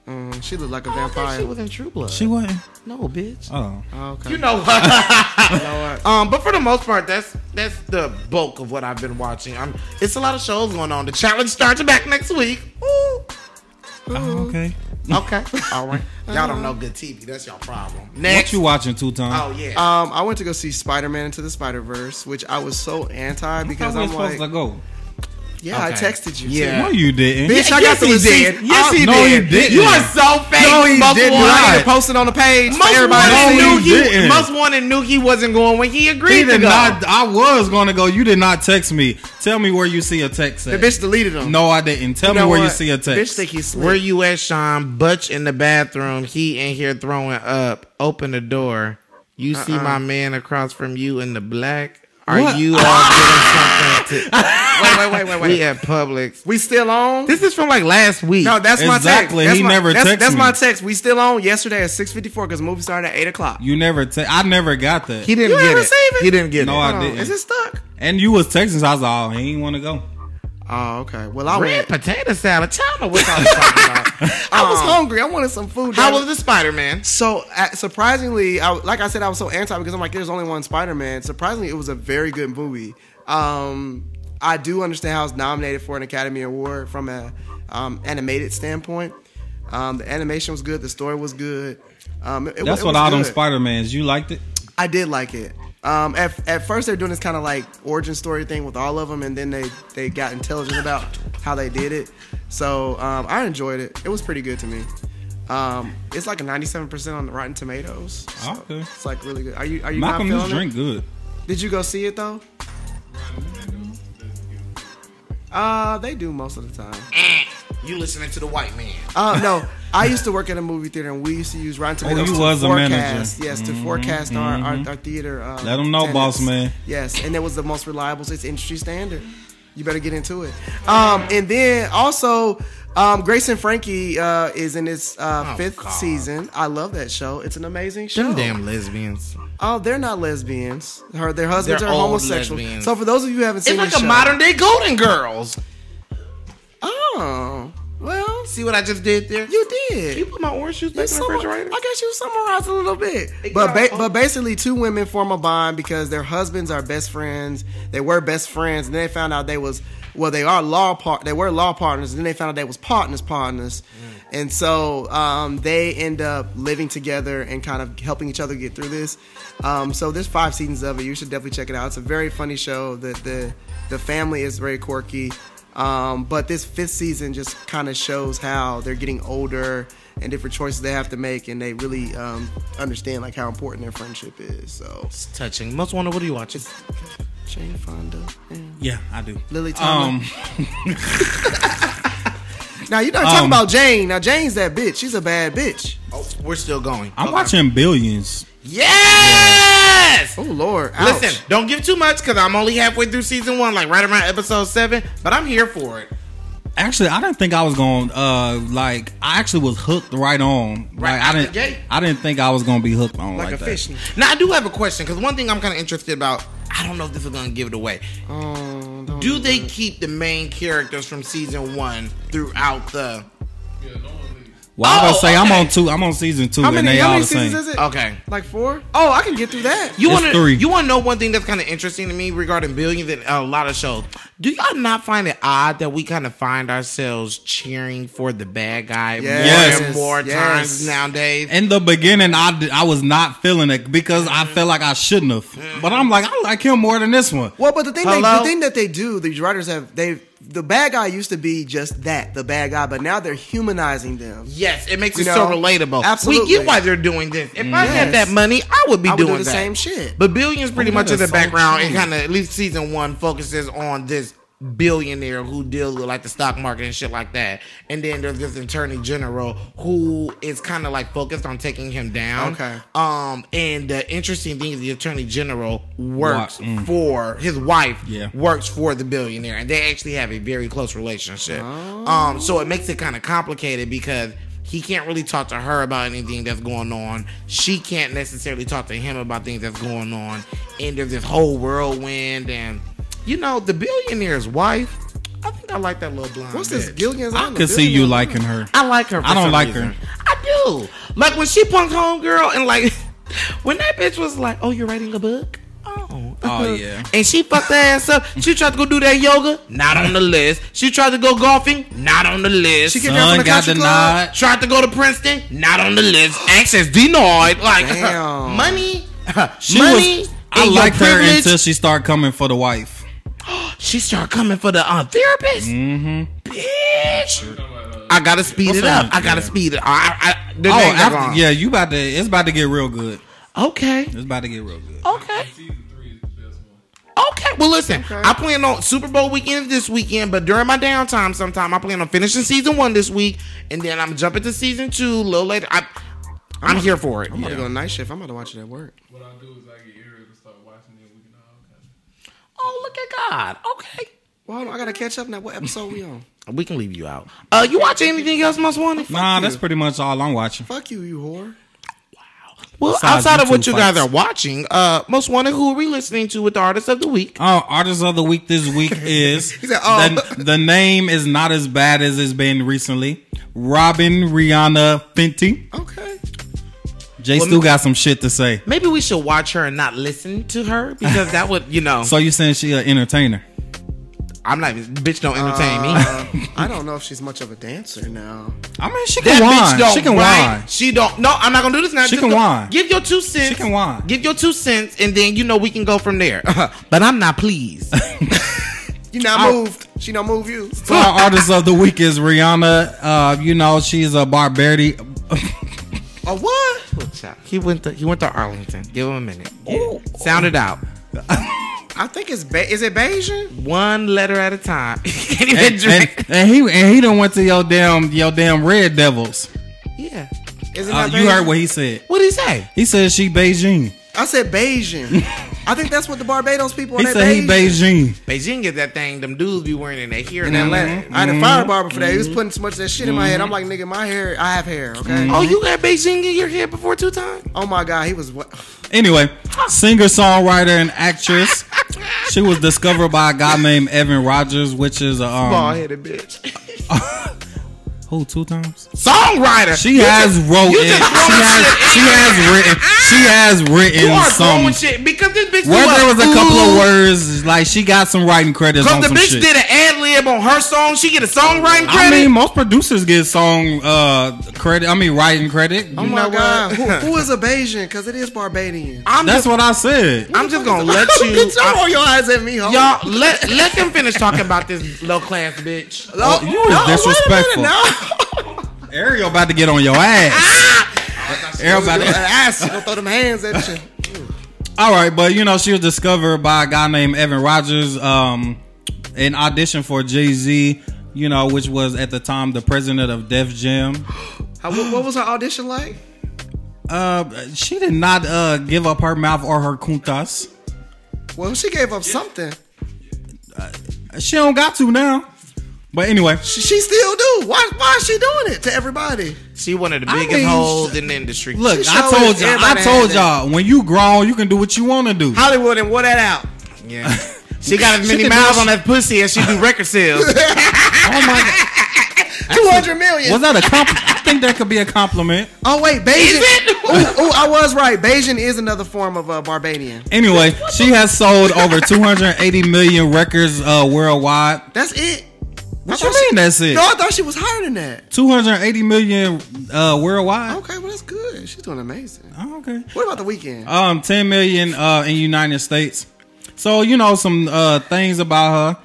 Mm, she looked like a I don't think vampire. She was in True Blood. She wasn't. no, bitch. Oh, Oh, okay. You know what? You know what? Um, but for the most part, that's that's the bulk of what I've been watching. I'm, it's a lot of shows going on. The challenge starts back next week. Ooh. oh, okay. Okay. All right. Y'all don't know good TV. That's y'all problem. What Next. you watching, Two Tone? Oh yeah. Um, I went to go see Spider Man into the Spider Verse, which I was so anti because we I'm supposed like, to go. yeah, I Okay. texted you. Yeah. No, you didn't. Bitch, I got the he receipt. did. Yes, I- he no, did. he didn't. You are so fake. No, he Most did wanted. not. I need to post it on the page for Most everybody wanted to No, knew see. he he, didn't. most wanted knew he wasn't going when he agreed He to did go. not. I was going to go. You did not text me. Tell me where you see a text. The At. bitch deleted him. No, I didn't. Tell me know where you what? see a Bitch text. think he's Where slick. you at, Sean? Butch in the bathroom. He in here throwing up. Open the door. You see my man across from you in the black. Are What? you all getting something to? Wait, wait, wait, wait, We wait. at Publix. We still on? This is from like last week. No, that's my text. Exactly. That's He my, never that's, texted That's my me. text. We still on yesterday at six fifty four because the movie started at eight o'clock. You never. Te- I never got that. he didn't You get ain't it. receive it? He didn't get No, it. I Hold on, didn't. Is it stuck? and you was texting. So I was like, oh, he ain't want to go. Oh, okay. Well, I Red went. potato salad. Tell me what y'all was talking about. I was Oh. hungry. I wanted some food. How damn it. was the Spider Man? So uh, surprisingly, I, like I said, I was so anti because I'm like, there's only one Spider Man. Surprisingly, it was a very good movie. Um, I do understand how it's nominated for an Academy Award from a um, animated standpoint. Um, the animation was good. The story was good. Um, it, it That's was- it what was all them good. Spider Mans. You liked it? I did like it. Um, at, at first, they're doing this kind of like origin story thing with all of them, and then they, they got intelligent about how they did it. So um, I enjoyed it. It was pretty good to me. Um, it's like a ninety-seven percent on the Rotten Tomatoes. So Okay. It's like really good. Are you are you Malcolm, not you feeling drink good. it? Did you go see it though? Uh, they do most of the time. You listening to the white man? Uh, no, I used to work at a movie theater, and we used to use Rotten Tomatoes Oh, you to was a forecast. manager. Mm-hmm, Yes, to forecast our, our our theater. Uh, Let 'em know, boss man. Yes, and it was the most reliable. It's industry standard. You better get into it. Um, and then also, um, Grace and Frankie uh, is in its uh, Oh, fifth God. season. I love that show. It's an amazing show. Them damn lesbians. Oh, they're not lesbians. Her, their husbands They're are old homosexual. lesbians. So for those of you who haven't It's seen, like the a show- modern day Golden Girls. Oh, well, See what I just did there? you did. Can you put my orange juice You back in the summa- refrigerator? I guess you summarized a little bit, It but got ba- all- but basically, two women form a bond because their husbands are best friends. They were best friends, and then they found out they was well, they are law part. They were law partners, and then they found out they was partners, partners, Mm. and so um, they end up living together and kind of helping each other get through this. Um, so there's five seasons of it. You should definitely check it out. It's a very funny show. The the the family is very quirky. Um, but this fifth season just kind of shows how they're getting older and different choices they have to make, and they really um, understand like how important their friendship is. So It's touching. Most wonder, what are you watching? Jane Fonda. and Yeah, I do. Lily Tomlin. Um, now you're not talking um, about Jane. Now Jane's that bitch. She's a bad bitch. Oh, we're still going. I'm watching Billions. Yes! Oh Lord. Ouch. Listen, don't give too much because I'm only halfway through season one, like right around episode seven, but I'm here for it. Actually, I didn't think I was going. Uh, like I actually was hooked right on. Right Like, out I the didn't. gate. I didn't think I was going to be hooked on like, like a that. fish. Now, I do have a question because one thing I'm kind of interested about, I don't know if this is going to give it away. Oh, don't do they keep the main characters from season one throughout the? Well, I was Oh, gonna say I'm okay. on two. I'm on season two, How and many, they how all many the seasons same. is it? Okay. Like four? Oh, I can get through that. You It's want to three. you want to know one thing that's kind of interesting to me regarding billions and a lot of shows. Do y'all not find it odd that we kind of find ourselves cheering for the bad guy Yes. more and more Yes. times nowadays? In the beginning, I, d- I was not feeling it because I felt like I shouldn't have. But I'm like, I like him more than this one. Well, but the thing, they, the Hello? thing that they do, these writers have they the bad guy used to be just that, the bad guy, but now they're humanizing them. Yes, it makes it You so know, relatable. absolutely. We get why they're doing this. If I had Yes. that money, I would be I would do doing the that. same shit. But Billions pretty Oh, much that in the is so background and true. kind of at least season one focuses on this billionaire who deals with like the stock market and shit like that. And then there's this attorney general who is kind of like focused on taking him down. Okay. Um and the interesting thing is the attorney general works Wa- mm. for his wife Yeah. works for the billionaire and they actually have a very close relationship. Um so it makes it kind of complicated because he can't really talk to her about anything that's going on. She can't necessarily talk to him about things that's going on. And there's this whole whirlwind and you know, the billionaire's wife, I think I like that little blonde. What's this bitch. Gilligan's I could see you liking her. I like her. For I don't some like reason. her. I do. Like when she punked home girl and like when that bitch was like, "Oh, you're writing a book." Oh, Oh, yeah. And she fucked her ass up. She tried to go do that yoga, not on the list. She tried to go golfing, not on the list. She She Get down from Son the got country denied. tried to go to Princeton, not on the list. Access denied. Like Damn. money, She money. was. and I your liked her privilege. until she started coming for the wife. She started coming for the um, therapist. Mm-hmm. Bitch. I gotta speed What's it up. her I gotta name? speed it. I, I, the Oh, name got wrong. after, yeah, you about to. It's about to get real good. Okay. It's about to get real good. Okay. Okay. Well, listen, I plan on Super Bowl weekend this weekend, but during my downtime, sometime I plan on finishing season one this week, and then I'm jumping to season two a little later. I, I'm here for it. I'm about to go on night shift. I'm about to watch it at work. What I do is I get Ariel to start watching it. We can all kind of. Oh, look at God. Okay. Well, hold on, I gotta catch up now. What episode we on? We can leave you out. Uh, you watch anything else, Most Wanted? Nah, that's pretty much all I'm watching. Fuck you, you whore. Well, Besides outside of what YouTube you guys fights. are watching, uh, Most Wanted, who are we listening to with the artist of the week? Oh, artist of the week this week is said, "Oh." the, the name is not as bad as it's been recently. Robin Rihanna Fenty. Okay. Jay still got some shit to say. Maybe we should watch her and not listen to her because that would, you know, So you saying she an entertainer? I'm not even, bitch, don't entertain me. Uh, I don't know if she's much of a dancer now. I mean, she That can bitch whine. don't She can whine. whine. She don't. No, I'm not gonna do this now. She Just can go- whine. Give your two cents. She can whine. Give your two cents, and then you know we can go from there. but I'm not pleased. You not moved. She don't move you. So our artist of the week is Rihanna. Uh, you know, she's a barbarity. Or what? he went to he went to Arlington. Give him a minute. Sound it out. I think it's ba- is it Bayesian? One letter at a time. He can't even and, and, drink. and he and he done went to your damn your damn Red Devils. yeah. Is it Uh, not you Bayesian? heard what he said. What did he say? He said she Beijing. I said Bayesian. I think that's what the Barbados people. He are, they said he Beijing. Beijing is that thing. Them dudes be wearing in their hair in and that Mm-hmm. Atlanta. I had a fire barber for that. He was putting so much of that shit in my head. I'm like, nigga, my hair, I have hair, okay? Oh, you got Beijing in your hair before two times? Oh my God, he was what? Anyway, singer, songwriter, and actress. She was discovered by a guy named Evan Rogers, which is a Ball um, headed bitch. who two times. Songwriter. She has wrote you it. She just throwing shit has, she in has there. written. She has You written are some. throwing shit because this bitch. Where there was a couple ooh. of words, like she got some writing credits on Cause the some bitch shit. did an ad lib on her song, she get a songwriting I credit. mean, most producers get song uh credit. I mean, writing credit. Oh know my what? God, who, who is a Bayesian? Because it is Barbadian. I'm That's just, what I said. I'm just gonna let you, Bitch, don't roll your eyes at me, ho. y'all let let them finish talking about this low class bitch. Oh, you was disrespectful. Ariel about to get on your ass. Ah! Ariel about to. ass. You gonna throw them hands at you. All right, but you know she was discovered by a guy named Evan Rogers, um, an audition for Jay Z, you know, which was at the time the president of Def Jam. How, what, what was her audition like? Uh, she did not uh give up her mouth or her kuntas. Well, she gave up something. She don't got to now. But anyway, She, she still do. Why? Why is she doing it to everybody? She one of the I biggest mean, hoes in the industry. look, She I sure told is. y'all, I Everybody told has that. y'all, when you grown, you can do what you want to do. Hollywood and wore that out. yeah. She got as many can do miles what on that pussy as she do record sales. Oh my god. Two hundred million. Was that a compliment? I think that could be a compliment. Oh wait, Bajan. Ooh, ooh, I was right. Bajan is another form of uh, Barbadian. Anyway, she has sold over 280 million records uh, worldwide. That's it. What you mean that's it? No, I thought she was higher than that. 280 million uh, worldwide. Okay, well that's good. She's doing amazing. Oh, okay. What about the weekend? Um, 10 million uh, in United States. So you know some uh, things about her.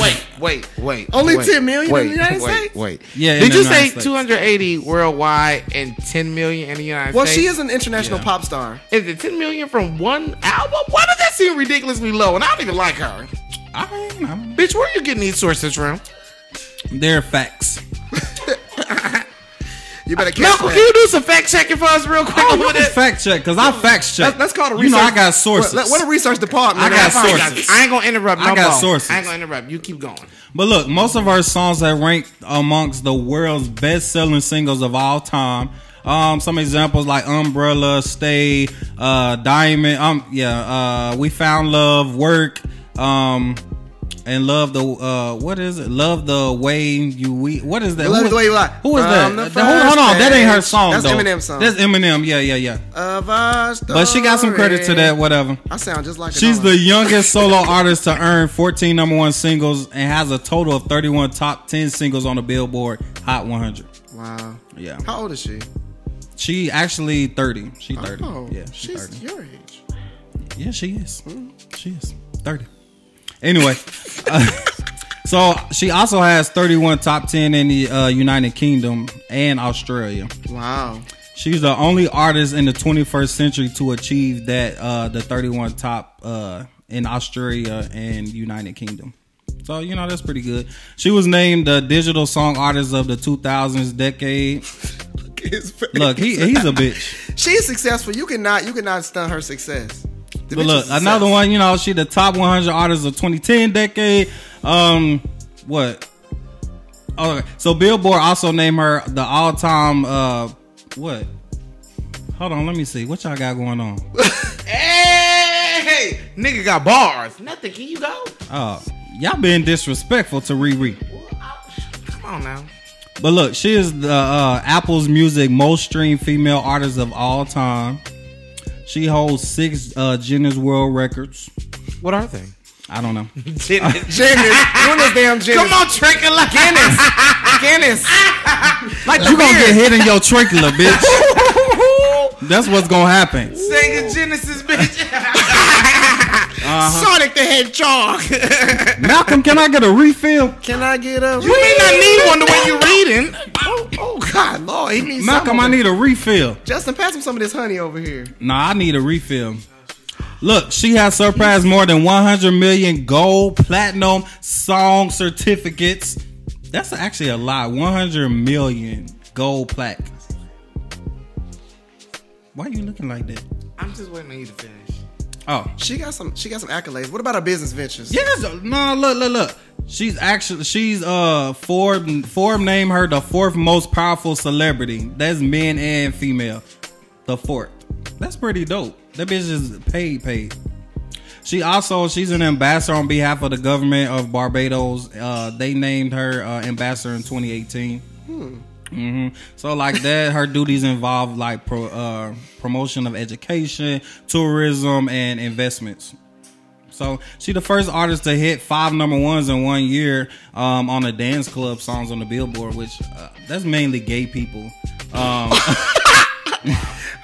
wait, wait, wait. Only wait, 10 million in wait, the United wait, States? Wait, Yeah, in Did the you United say States. 280 worldwide and 10 million in the United well, States? she is an international Yeah. pop star. Is it 10 million from one album? Why does that seem ridiculously low? And I don't even like her. I mean, I don't know. Bitch, where are you getting these sources from? They're facts. You better catch Malcolm, can that. you do some fact checking for us real quick? Oh, over you there? can fact check because I fact check. Let's, let's call the research. You know I got sources. What, what a research department. I got That's fine. sources. I ain't gonna interrupt. No I got more. sources. I ain't gonna interrupt. You keep going. But look, most of her songs have ranked amongst the world's best selling singles of all time. Um, some examples like Umbrella, Stay, uh, Diamond, um, yeah, uh, We Found Love, Work, um, and Love the, uh, what is it? Love the Way You We, what is that? Love Who- the Way You Lie. Who is From that? the hold, hold on, that ain't her first song page. though. That's Eminem's song. That's Eminem, yeah, yeah, yeah. Of our But she got some credit to story. that, whatever. I sound just like She's Adele. the youngest solo artist to earn 14 number one singles and has a total of 31 top 10 singles on the Billboard Hot 100. Wow. Yeah. How old is she? She actually 30. She 30. Oh, yeah, she she's Mm. 30. your age. Yeah, she is. She is 30. Anyway, uh, so she also has 31 top 10 in the uh, United Kingdom and Australia. Wow. She's the only artist in the 21st century to achieve that uh, the 31 top uh, in Australia and United Kingdom. So you know that's pretty good. She was named the digital song artist of the 2000s decade. His face. Look, he, he's a bitch. She's successful. You cannot you cannot stunt her success. The bitch But is look, success. another one. You know, she the top 100 artist of 2010 decade. Um, what? Oh, so Billboard also named her the all-time uh what? Hold on, let me see what y'all got going on. Hey, nigga got bars. Nothing. Can you go? Uh, y'all being disrespectful to Riri. Come on now. But look, she is the uh, Apple's Music most streamed female artist of all time. She holds six uh, Guinness World Records. What are they? I don't know. Guinness. Genius. Doing this damn genius. Come on, drinking like Guinness. Guinness. like you gonna get hit in your trachea, bitch. That's what's gonna happen. Sega Genesis, bitch. Uh-huh. Sonic the Hedgehog. Malcolm, can I get a refill? Can I get a? you may not need one the way you're reading. Oh, oh God, Lord, he needs Malcolm, some I of it. need a refill. Justin, pass him some of this honey over here. Nah, I need a refill. Look, she has surpassed more than 100 million gold, platinum, song certificates. That's actually a lot. 100 million gold plaque. Why are you looking like that? I'm just waiting on you to finish. Oh, She got some. She got some accolades. What about her business ventures? yes. No, look, look, look. She's actually she's uh Forbes Forbes named her the fourth most powerful celebrity. That's men and female. The fourth. That's pretty dope. That bitch is paid paid. She also she's an ambassador on behalf of the government of Barbados. Uh, they named her uh, ambassador in 2018. hmm So like that, her duties involve like pro, uh, promotion of education, tourism, and investments. So she the first artist to hit five number ones in one year um, on the dance club songs on the Billboard, which uh, that's mainly gay people. Um,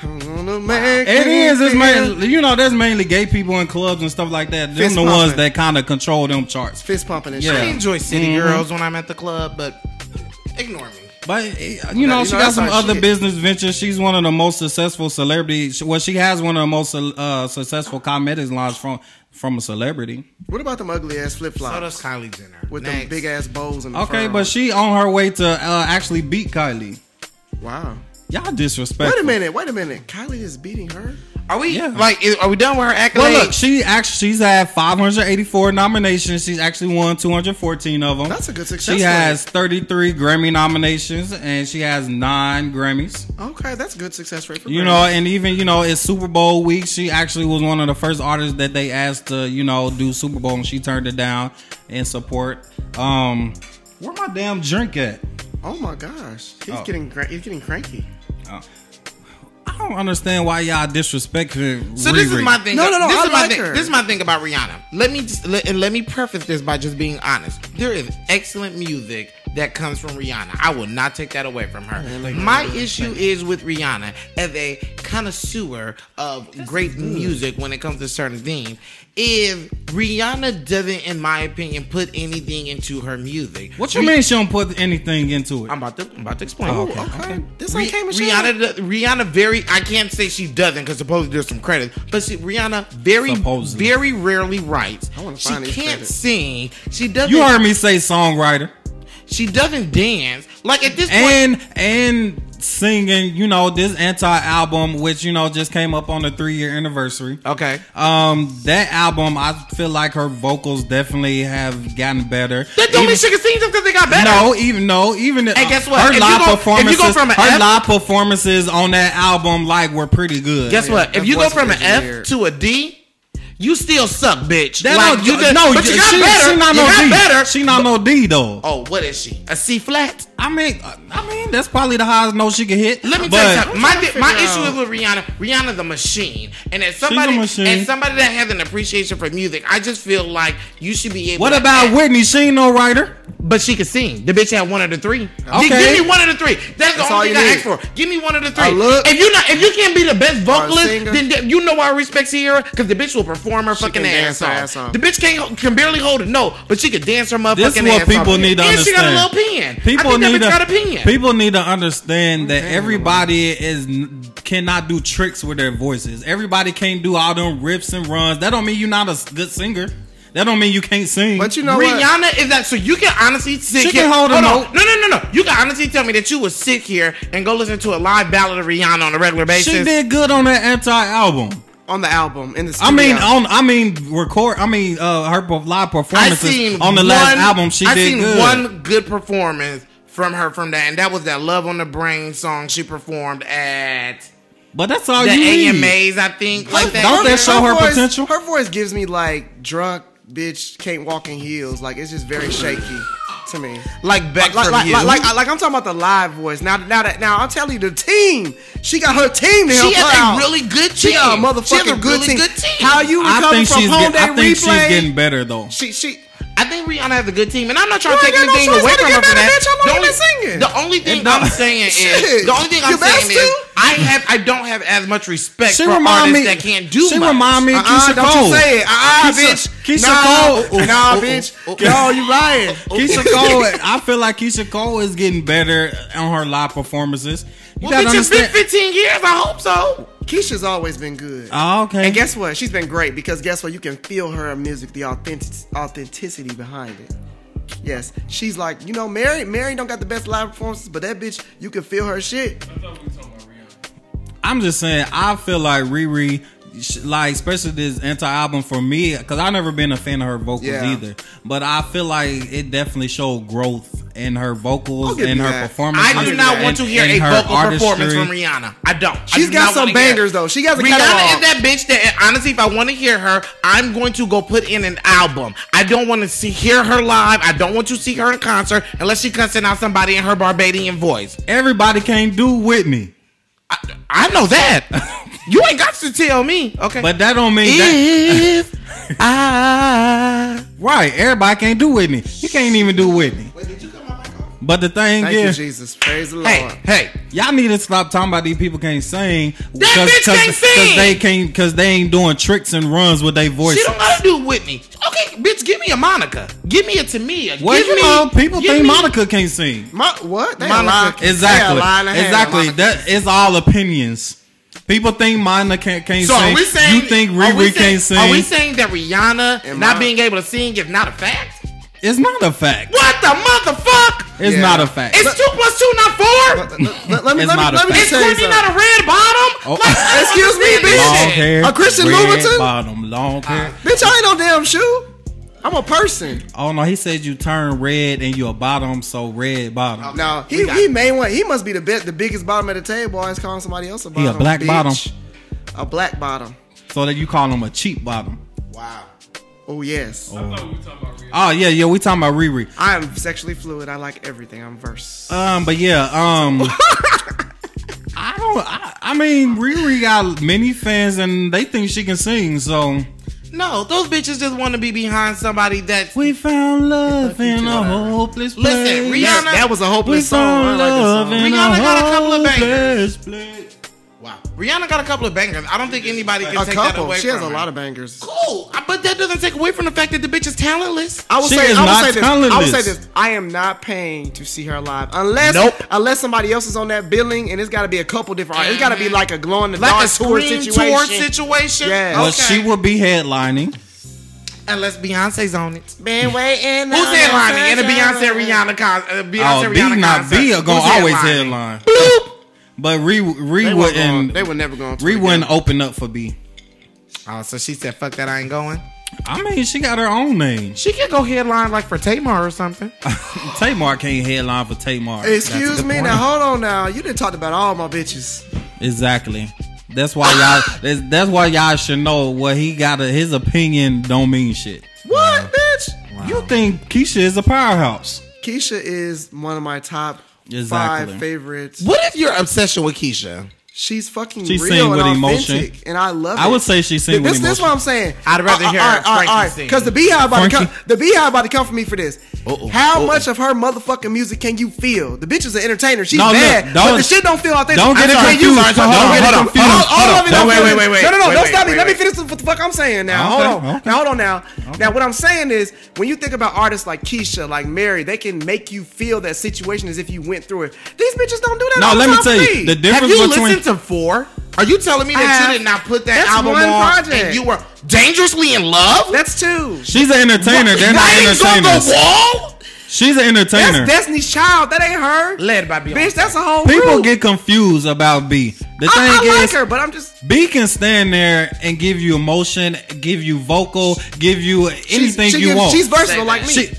I'm gonna make It you is. It's feel- mainly you know that's mainly gay people in clubs and stuff like that. Them Fist the ones pumping. that kind of control them charts. fist pumping and Yeah. I shit. enjoy city Mhm. girls when I'm at the club, but ignore me. But eh, you know you she got know, that's some our other shit. business ventures. She's one of the most successful celebrities. Well, she has one of the most uh, successful cosmetics lines from from a celebrity. What about them ugly ass flip So flops does Kylie Jenner. with Next. them big ass bows and Okay, but she on her way to uh, actually beat Kylie. wow. Y'all disrespect. Wait a minute. Wait a minute. Kylie is beating her. Are we Yeah. like? Is, are we done with her accolades? Well, look, she actually she's had 584 nominations. She's actually won 214 of them. That's a good success She rate. has 33 Grammy nominations and she has nine Grammys. Okay, that's good success rate for You Brandy. know, and even you know, it's Super Bowl week. She actually was one of the first artists that they asked to you know do Super Bowl, and she turned it down in support. Um, where my damn drink at? Oh my gosh, he's Oh. getting gra- he's getting cranky. I don't understand why y'all disrespecting. So this is Riri. my thing. No, no, no, This I is my like thing. her. This is my thing about Rihanna. Let me just let, and let me preface this by just being honest. There is excellent music that comes from Rihanna. I will not take that away from her. My issue is with Rihanna as a connoisseur of great music when it comes to certain things. If Rihanna doesn't, in my opinion, put anything into her music, What you mean she don't put anything into it? I'm about to I'm about to explain. Oh, Okay, Okay, this Rih- ain't came and Rihanna, do- Rihanna, very. I can't say she doesn't because supposedly there's some credit, but she, Rihanna very, Supposedly. very rarely writes. I wanna She find can't these credits. sing. She doesn't. you heard me say songwriter She doesn't dance. Like at this point, and and singing. You know this anti album, which you know just came up on the three year anniversary. okay. Um, that album, I feel like her vocals definitely have gotten better. That don't mean Even- she can sing just because they got better. No, even no, even Hey, guess what? If Her you live go- if you performances, go from an her F- live performances on that album, like were pretty good. Guess what? that If you go voice from an is F weird. to a D. You still suck, bitch. That Like, no, you just- no, but you got she, better. She not you no got D. better. She not no D though. oh, what is she? A C flat? I mean, uh, I mean that's probably the highest note she could hit. Let me but, tell you something. My, trying to thi- my figure issue out- is with Rihanna. Rihanna's a machine, and as somebody machine. and somebody that has an appreciation for music, I just feel like you should be able. What to about act- Whitney? She ain't no writer. But she could sing. The bitch had one of the three. Okay. Gi- Give me one of the three. That's, That's the all only you thing I need. ask for. Give me one of the three. A look. if you not, if you can't be the best vocalist, singer. then th- you know why I respect Sierra because the bitch will perform her fucking can ass, dance her off. ass off. The bitch can't can barely hold a note, but she can dance her motherfucking This is what ass people off. need to and understand. she got a little pen. People I think need that bitch to, got a pen. People need to understand that everybody is cannot do tricks with their voices. Everybody can't do all them rips and runs. That don't mean you're not a s- good singer. That don't mean you can't sing. But you know what? Rihanna is that so you can honestly sit She here. can hold a on. note. No, no, no, no. You can honestly tell me that you would sit here and go listen to a live ballad of Rihanna on a regular basis. she did good on that anti album. On the album, in the I studio. mean, on I mean record. I mean uh, her per- live I performances seen on the last one- album. She I did seen good. one good performance from her from that, and that was that "Love on the Brain" song she performed at but that's all the you need. AMAs, I think. Like that. Don't that show her voice, potential? Her voice gives me like drunk bitch can't walk in heels. Like it's just very shaky to me. like back Like from like, you. like, like, like I'm talking about the live voice. Now now that now I'm telling you the team. She got her team to help she her has out. a really good team. she got a motherfucking She has a good, really team. good team. How you I recovering think from she's. Get, home day I think she's replay? getting better though. she she I think Rihanna has a good team, and I'm not trying You to ain't take got no anything choice away but to from her get for mad at that. bitch. I'm the not only, singing. the only thing And don't- I'm saying is Shit. the only thing I'm You saying best is too? I have I don't have as much respect She for remind artists me. that can't do she much. remind me of Uh-uh, Keisha don't Cole. you say it. Uh-uh, Keisha- bitch. Keisha nah, Cole. Nah, Ooh, ooh, bitch. ooh, ooh. No, you lying. Keisha Cole, I feel like Keisha Cole is getting better on her live performances. You Well, gotta bitch, it's been understand. 15 years. I hope so. Keisha's always been good. Oh, okay. And guess what? She's been great because guess what? You can feel her music, the authentic authenticity behind it. Yes, she's like you know, Mary. Mary don't got the best live performances, but that bitch, you can feel her shit. I thought we were talking about Rihanna. I'm just saying, I feel like Riri, sh- like especially this anti album for me, because I've never been a fan of her vocals Yeah. either. But I feel like it definitely showed growth in her vocals give and you her that. performance. I do not want to hear a vocal performance from Rihanna. I don't. I She's do got not some wanna hear it. bangers, though. She got a Rihanna catalog. is that bitch that honestly, if I want to hear her, I'm going to go put in an album. I don't want to see hear her live. I don't want to see her in concert unless she cussing out somebody in her Barbadian voice. Everybody can't do Whitney, I, I know that. you ain't got to tell me. Okay. but that don't mean that. if I Right, everybody can't do Whitney. You can't even do Whitney. But the thing Thank you, is, Jesus. Praise the hey Lord. hey y'all need to stop talking about these people can't sing. bitch can't sing! they can't because they ain't doing tricks and runs with their voice. She don't gotta do Whitney. Okay, bitch, give me a Monica. Give me a Tamia. Well, give you me, know, people give think me- Monica can't sing. My, what? They Monica- a lie. Exactly. They a lie and a half, Exactly. Monica. That is all opinions. People think Mina can't, can't So sing. are we saying you think are we Riri saying- can't sing? Are we saying that Rihanna And not Mon- being able to sing is not a fact? it's not a fact. What the motherfuck? It's Yeah. not a fact. It's two plus two, not four. Let, let, let me It's let me not a let me fact. Is just tell you Courtney something. not a red bottom? Oh. Like, I don't Excuse me, understand this bitch. long shit. hair, A Christian red Louboutin? bottom, long hair. Bitch, I ain't no damn shoe. I'm a person. Oh no, he said you turn red and you're a bottom, so red bottom. No, we he got- he may want he must be the best, the biggest bottom at the table. Always calling somebody else a bottom. black bitch. bottom. A black bottom. So that you call him a cheap bottom. Wow. Oh I yes. thought we were talking about real. Oh yeah, yeah, we talking about Riri. I am sexually fluid. I like everything. I'm verse. Uh, Um, but yeah, um, I don't. I, I mean, Riri got many fans, and they think she can sing. So No, those bitches just want to be behind somebody that. we found love in a hopeless place. Listen, Rihanna- that, that was a we hopeless song. I found love like in this song. Rihanna a got a couple of hopeless place. Wow. Rihanna got a couple of bangers. I don't think anybody can A take that couple. away She has from a her. lot of bangers. Cool, I- but that doesn't take away from the fact that the bitch is talentless. I will She say, is I will not say this. I will talentless. say this. I am not paying to see her live unless Nope. unless somebody else is on that billing, and it's got to be a couple different. artists. It's got to be like a glow in the Like dark a tour screen situation. tour situation. Yeah. Well, Okay. she will be headlining. Unless Beyonce's on it. Been waiting. Who's on headlining that in a Beyonce sunshine. Rihanna con- uh, Beyonce Oh, B Rihanna not concert? B are gonna Who's always headlining? headline. Bloop. But Re Re They weren't going- wouldn't. They were never going. to Re the wouldn't open up for B. Oh, so she said, "Fuck that, I ain't going." I mean, she got her own name. She could go headline like for Tamar or something. Tamar can't headline for Tamar. That's Excuse the me. point. Now hold on. Now you didn't talk about all my bitches. Exactly. That's why y'all. That's, that's why y'all should know what he got. to- His opinion don't mean shit. What, bitch? You think Keisha is a powerhouse? Keisha is one of my top Exactly. five favorites. What if your obsession with Keisha? She's fucking She real sing with and emotion. authentic, and I love. I it. would say she sing Th- with this, This is emotion. what I'm saying. Uh, I'd rather hear Frankie sing. because the beehive about to come. Frankie. The beehive about to come for me for this. Uh-oh, How uh-oh. much of her motherfucking music can you feel? The bitch is an entertainer. She's No, look, bad, but don't- the shit don't feel authentic. don't get it I'm sorry, confused. sorry, sorry, Hold don't on, get it hold on, confused. hold on, All- all hold of it on. don't Wait, feel- wait, wait, wait. No, no, no. Wait, don't wait, stop me. wait, Let me wait. finish what the fuck I'm saying. Now, Okay, hold on. okay. Now, hold on. Now, now, what I'm saying is, when you think about artists like Keisha, like Mary, they can make you feel that situation as if you went through it. These bitches don't do that. No, all let the me time tell for you the Have difference you between. listened to Four? Are you telling me I that have. you did not put that That's album one on project. and you were dangerously in love? That's two. she's an entertainer. They're not Writings on entertainers. the wall. She's an entertainer. That's Destiny's Child. That ain't her. Led by Beyonce. Bitch, that's a whole People group. get confused about B. The I, thing I is, like her, but I'm just B can stand there and give you emotion, give you vocal, give you anything she you gives- want. She's Say that. versatile like me. she,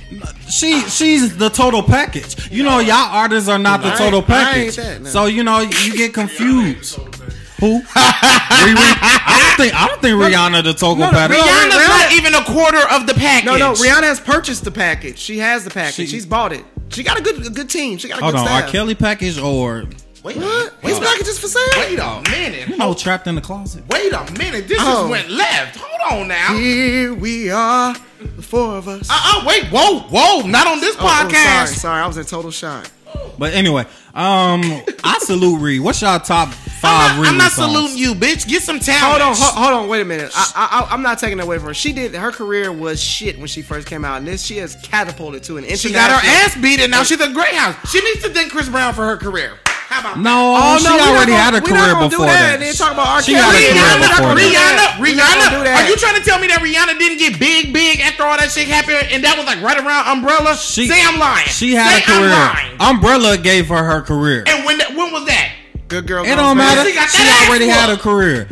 she she's the total package. You know, y'all artists are not the I total ain't- I package. ain't that, no. So you know, you get confused. So bad. Who? Riri? I don't think I don't think Rihanna the total package. Rihanna- Rihanna's Rihanna- not even a quarter of the package. no, no. Rihanna has purchased the package. She has the package. She- She's bought it. She got a good, a good team. She got a Hold good on, staff. R. Kelly package or Wait, What? Wait, His package is for sale. wait a minute. you know trapped in the closet. Wait a minute. This Oh. just went left. Hold on now. Here we are, the four of us. Uh uh wait, whoa, whoa, not on this Oh, oh, sorry, podcast. sorry. I was in total shock. But anyway, um, I salute Riri. What's y'all top five? I'm not, I'm Riri not songs? saluting you, bitch. Get some talent. Hold on, hold, hold on. Wait a minute. I, I, I'm not taking it away from her. She did. Her career was shit when she first came out, and this she has catapulted to an international. She got her ass beat and now she's a greyhound. She needs to thank Chris Brown for her career. How about No, Oh, she no, we not already gonna- had a we not career gonna do before that that. and then talk about R. She had a Kelly. We not career gonna- before we that. not Rihanna, that. We not gonna do Rihanna, that. are you trying to tell me that Rihanna didn't get big, big after all that shit happened and that was like right around Umbrella? She, Say I'm lying. She had Say a career. I'm lying. Umbrella gave her her career. and when, that, when was that? Good girl. It goes don't bad. matter. She got She that ass already had a whooped. career.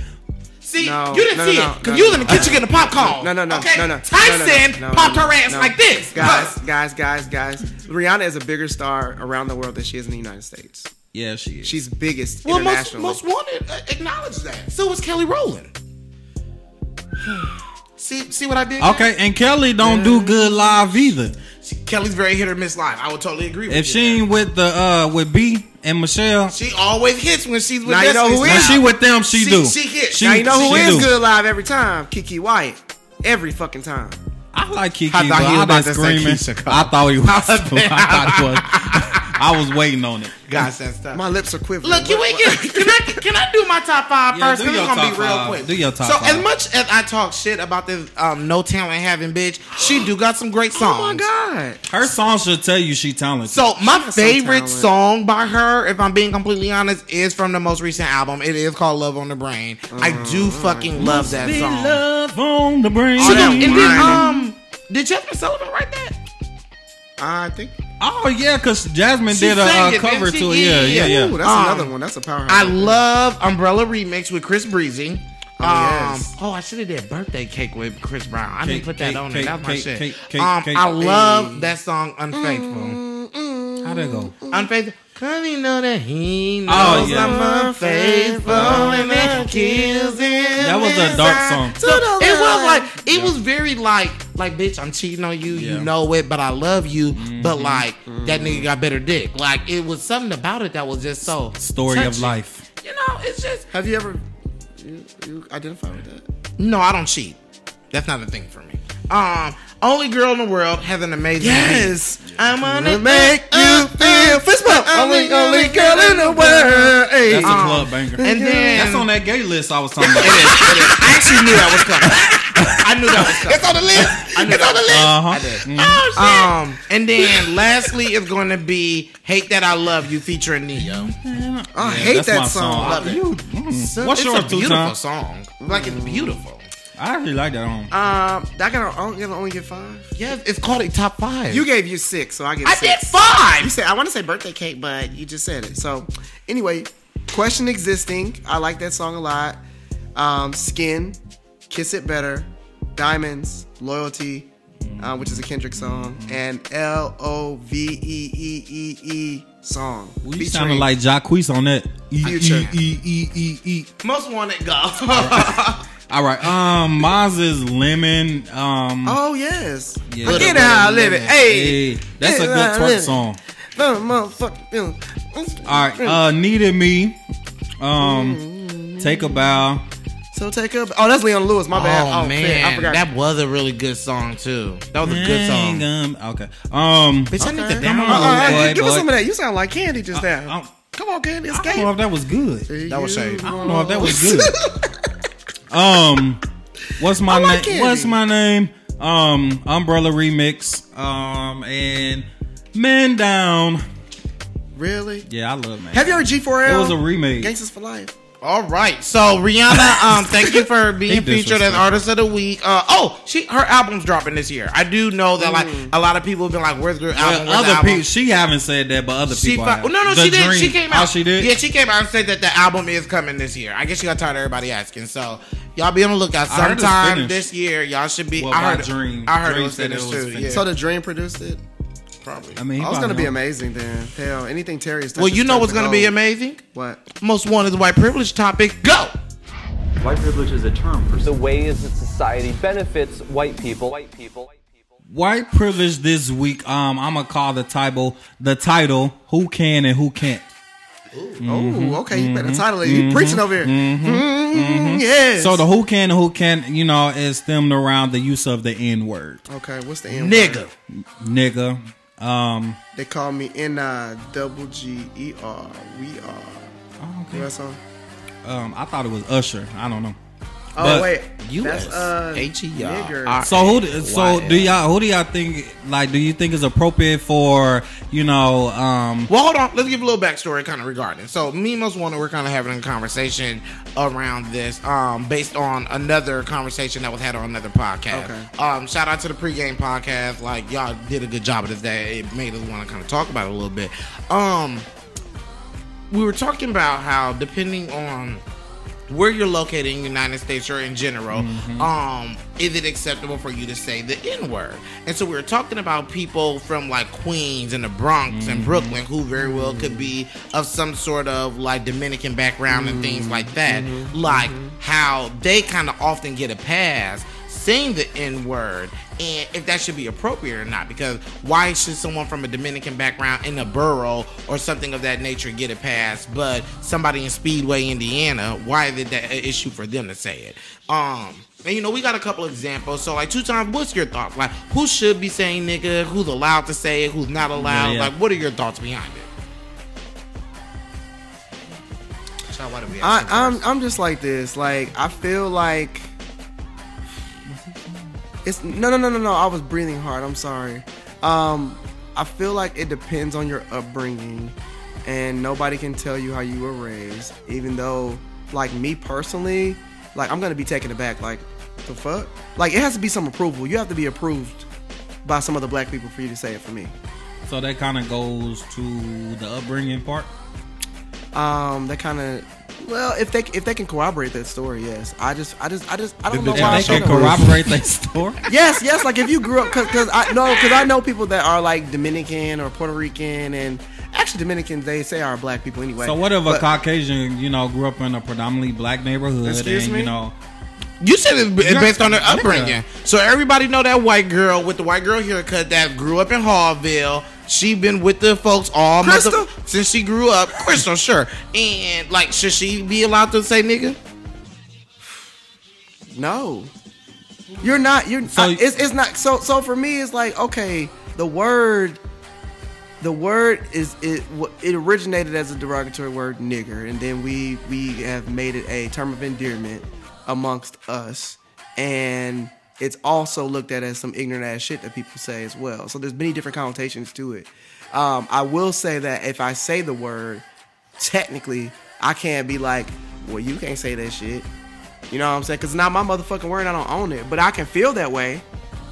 See, No, you didn't no, see no, it no, because you no. was in the kitchen getting a popcorn. No, no, no, okay? no, no. Tyson no, no, no, popped no, her ass no. like this. Guys, Huh. guys, guys, guys. Rihanna is a bigger star around the world than she is in the United States. Yeah, she is. She's biggest well, most, internationally. most wanted uh, acknowledged that. So was Kelly Rowland. see, see what I did? Okay, and Kelly don't do good live either. She- Kelly's very hit or miss live. I would totally agree with If you. she ain't with the uh with B and Michelle, she always hits when she's with Now you know Destiny's who when Child. is- she with them, she, She- do. she hit. now you know who she is do. good live every time? Kiki Wyatt. Every fucking time. I like Kiki, I thought but he was I about like to say Keisha screaming. Cole. I thought he was. I, was like- thought he was. I was waiting on it. Guys, that's tough. My lips are quivering. Look, can we get can I can I do my top five Yeah, first? do 'Cause your it's gonna top be real five. quick. Do your top so five. as much as I talk shit about this um, no talent having bitch, she do got some great songs. Oh my god. Her song should tell you she talented. So my favorite talent. song by her, if I'm being completely honest, is from the most recent album. It is called "Love on the Brain." I do Mm-hmm. fucking love that Be song. love on the brain. She that don't- and then whining. um, did Jasmine Sullivan write that? I think Oh yeah, because Jasmine She did a sang uh, it, didn't cover she? to it. Yeah, Yeah, yeah, yeah, yeah. yeah. Ooh, that's Um, another one. That's a powerhouse. I love Umbrella Remix with Chris Breezy. Um, yes. Oh, I should have did birthday cake with Chris Brown. I didn't Cake, put that cake, on there. cake, That's my cake, shit. cake, cake, um, cake. I love that song, Unfaithful. Mm. How'd that go? Unfaithful. Cause he know that he knows Oh, yeah. I'm unfaithful and that kills him. That was a dark song. So it was like it was very like like bitch, I'm cheating on you, you Yeah. Mm-hmm. know it, but I love you. But like that nigga got better dick. Like it was something about it that was just so Story of touching. life. You know, it's just Have you ever you, you identify with that? no, I don't cheat. That's not a thing for me. Um, only girl in the world has an amazing. beat. I'm on Wanna make you feel fist bump. Only, only girl in the world. Hey. uh, That's a Um, club banger. And then That's on that gay list I was talking about. I actually knew that was coming. I knew that was coming. It's on the list. I knew that was Uh huh. Um, and then lastly is going to be "Hate That I Love You" featuring Neo. Mm. I hate that song. Love it. You, mm. it's um, What's your a two beautiful times? song. Like it's beautiful. I really like that one. Um, I got I'm gonna only get five. Yeah, it's called a top five. You gave you six, so I get. I six. did You five. said I want to say birthday cake, but you just said it. So, anyway, question existing. I like that song a lot. Um, Skin, kiss it better. Diamonds, loyalty, uh, which is a Kendrick song, and L O V E E E E song. Well, you Featuring- sounded like Jacquees on that. E Future. E E E E E. Most wanted golf. All right. Um, mine's is lemon. Um, Oh yes, yeah. I get how I live it. Hey, Hey, that's a Get good How I Live twerk It. song. the motherfucking feeling. All right. Uh, needed me. Mm-hmm. Um, take a bow. So take up. Oh, that's Leon Lewis. My bad. oh shit, I man, forgot. that was a really good song too. That was a good song. Dang, um, Okay. Um, Bitch, I need to Okay. download Come on, Uh-uh, that. boy. give us some of that. You sound like Candy just now. I Come on, Candy, I don't know escape. if that was good. That was shade. I don't know if that was good. um, what's my I like name? Candy. What's my name? Um, Umbrella Remix. Um, and Man Down. Really? Yeah, I love Man. Have you heard G4L? It was a uh, remake. Gangsters for Life. All right, so Rihanna, um, thank you for being He featured as disrespectful. Artist of the Week. Uh, oh, she her album's dropping this year. I do know that like a lot of people have been like, "Where's your album?" Well, Where's Mm. the other album? people, she haven't said that, but other She people. fi- have. well, no, no, The she did. She Dream. came out. Oh, she did. Yeah, she came out and said that the album is coming this year. I guess she got tired of everybody asking. So y'all be on the lookout. I heard it's Sometime finished. this year, y'all should be. Well, I by heard Dream. I heard Dream it was said it finished was too. finished. Yeah, So the Dream produced it. probably. I mean, he I was gonna probably be know. amazing then. Hell, anything Terry is. well, you know what's going to be amazing? What? Most wanted white privilege topic. Go. White privilege is a term for the ways that society benefits white people. White people. White people. White privilege this week. Um, I'm gonna call the title the title Who Can and Who Can't. Mm-hmm. Oh, okay. You better title it. You preaching over here. Mm-hmm. Yes. So the who can and who can, you know, is stemmed around the use of the N word, okay. What's the N? word? Nigga. nigga. Um, They call me N I double G E R. We are. oh, You know okay. that song? um, I thought it was Usher. I don't know. Oh But wait. U.S. That's uh. E H-E-R. nigger. All right. So who? d- So do y'all? Who do y'all think? Like, do you think is appropriate for you know? Um, Well, hold on. Let's give a little backstory, kind of regarding. So, me and Most Wanted, we're kind of having a conversation around this, um, based on another conversation that was had on another podcast. Okay. Um, shout out to the pregame podcast. Like y'all did a good job of this day. It made us want to kind of talk about it a little bit. Um, we were talking about how depending on where you're located in the United States or in general, um, is it acceptable for you to say the N word? And so we were talking about people from like Queens and the Bronx and Brooklyn who very well could be of some sort of like Dominican background and things like that. Like how they kind of often get a pass saying the N word and if that should be appropriate or not. Because why should someone from a Dominican background in a borough or something of that nature get a pass, but somebody in Speedway, Indiana, why is it that an issue for them to say it? Um, and you know, we got a couple examples. So, like, two times, what's your thoughts? Like, who should be saying nigga? Who's allowed to say it? Who's not allowed? Yeah. Like, what are your thoughts behind it? So why do we I, ask you I'm first? I'm just like this. Like I feel like it's no no no no no. I was breathing hard. I'm sorry. Um, I feel like it depends on your upbringing, and nobody can tell you how you were raised. Even though, like me personally, like I'm gonna be taken aback. Like the fuck. Like it has to be some approval. You have to be approved by some other black people for you to say it for me. So that kind of goes to the upbringing part. Um, that kind of. Well, if they if they can corroborate that story, yes. I just I just I just I don't Did know they why. I If they show can shouldn't- proof? corroborate their story. Yes, yes. Like if you grew up, because I no, because I know people that are like Dominican or Puerto Rican, and actually Dominicans they say are black people anyway. So what if a But- Caucasian, you know, grew up in a predominantly black neighborhood Excuse and me? you know You said it's b- Yeah. based on their Yeah. upbringing. So everybody know that white girl with the white girl haircut that grew up in Hallville. She been with the folks all mother- Crystal? since she grew up. Crystal, sure. And like, should she be allowed to say nigga? No, you're not. You're So- I- it's it's not. So so for me, it's like okay, the word, the word is it wa- it originated as a derogatory word nigger, and then we we have made it a term of endearment amongst us, and it's also looked at as some ignorant ass shit that people say as well. So there's many different connotations to it. Um, I will say that if I say the word, technically, I can't be like, well, you can't say that shit. You know what I'm saying? Because it's not my motherfucking word. I don't own it. But I can feel that way.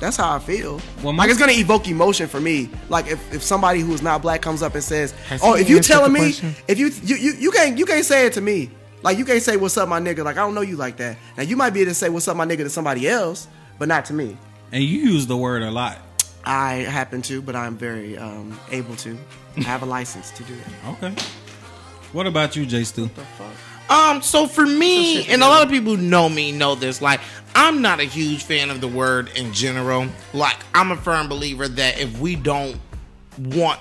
That's how I feel. Well, my- like, it's going to evoke emotion for me. Like, if, if somebody who is not black comes up and says, Has oh, he if you answered telling the me, question? if you, you, you, you can't, you can't say it to me. Like, you can't say, what's up, my nigga? Like, I don't know you like that. Now, you might be able to say, what's up, my nigga, to somebody else, but not to me. and you use the word a lot. I happen to, but I'm very um, able to. I have a license to do that. Okay. What about you, J Stu? Um, so for me, and a lot of people who know me know this, like, I'm not a huge fan of the word in general. Like, I'm a firm believer that if we don't want,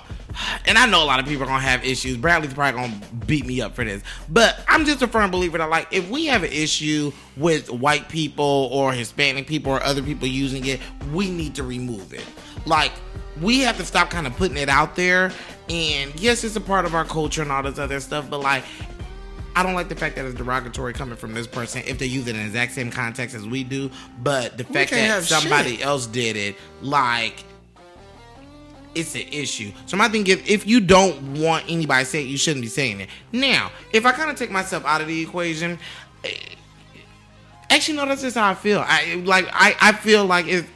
and I know a lot of people are gonna have issues. Bradley's probably gonna beat me up for this, but I'm just a firm believer that, like, if we have an issue with white people or Hispanic people or other people using it, we need to remove it. Like, we have to stop kind of putting it out there. And yes, it's a part of our culture and all this other stuff, but like, I don't like the fact that it's derogatory coming from this person if they use it in the exact same context as we do, but the fact can't that have somebody shit. else did it, like, it's an issue. So my thing is, if you don't want anybody saying it, you shouldn't be saying it. Now, if I kind of take myself out of the equation, eh, actually, no, that's just how I feel. I like, I, I feel like if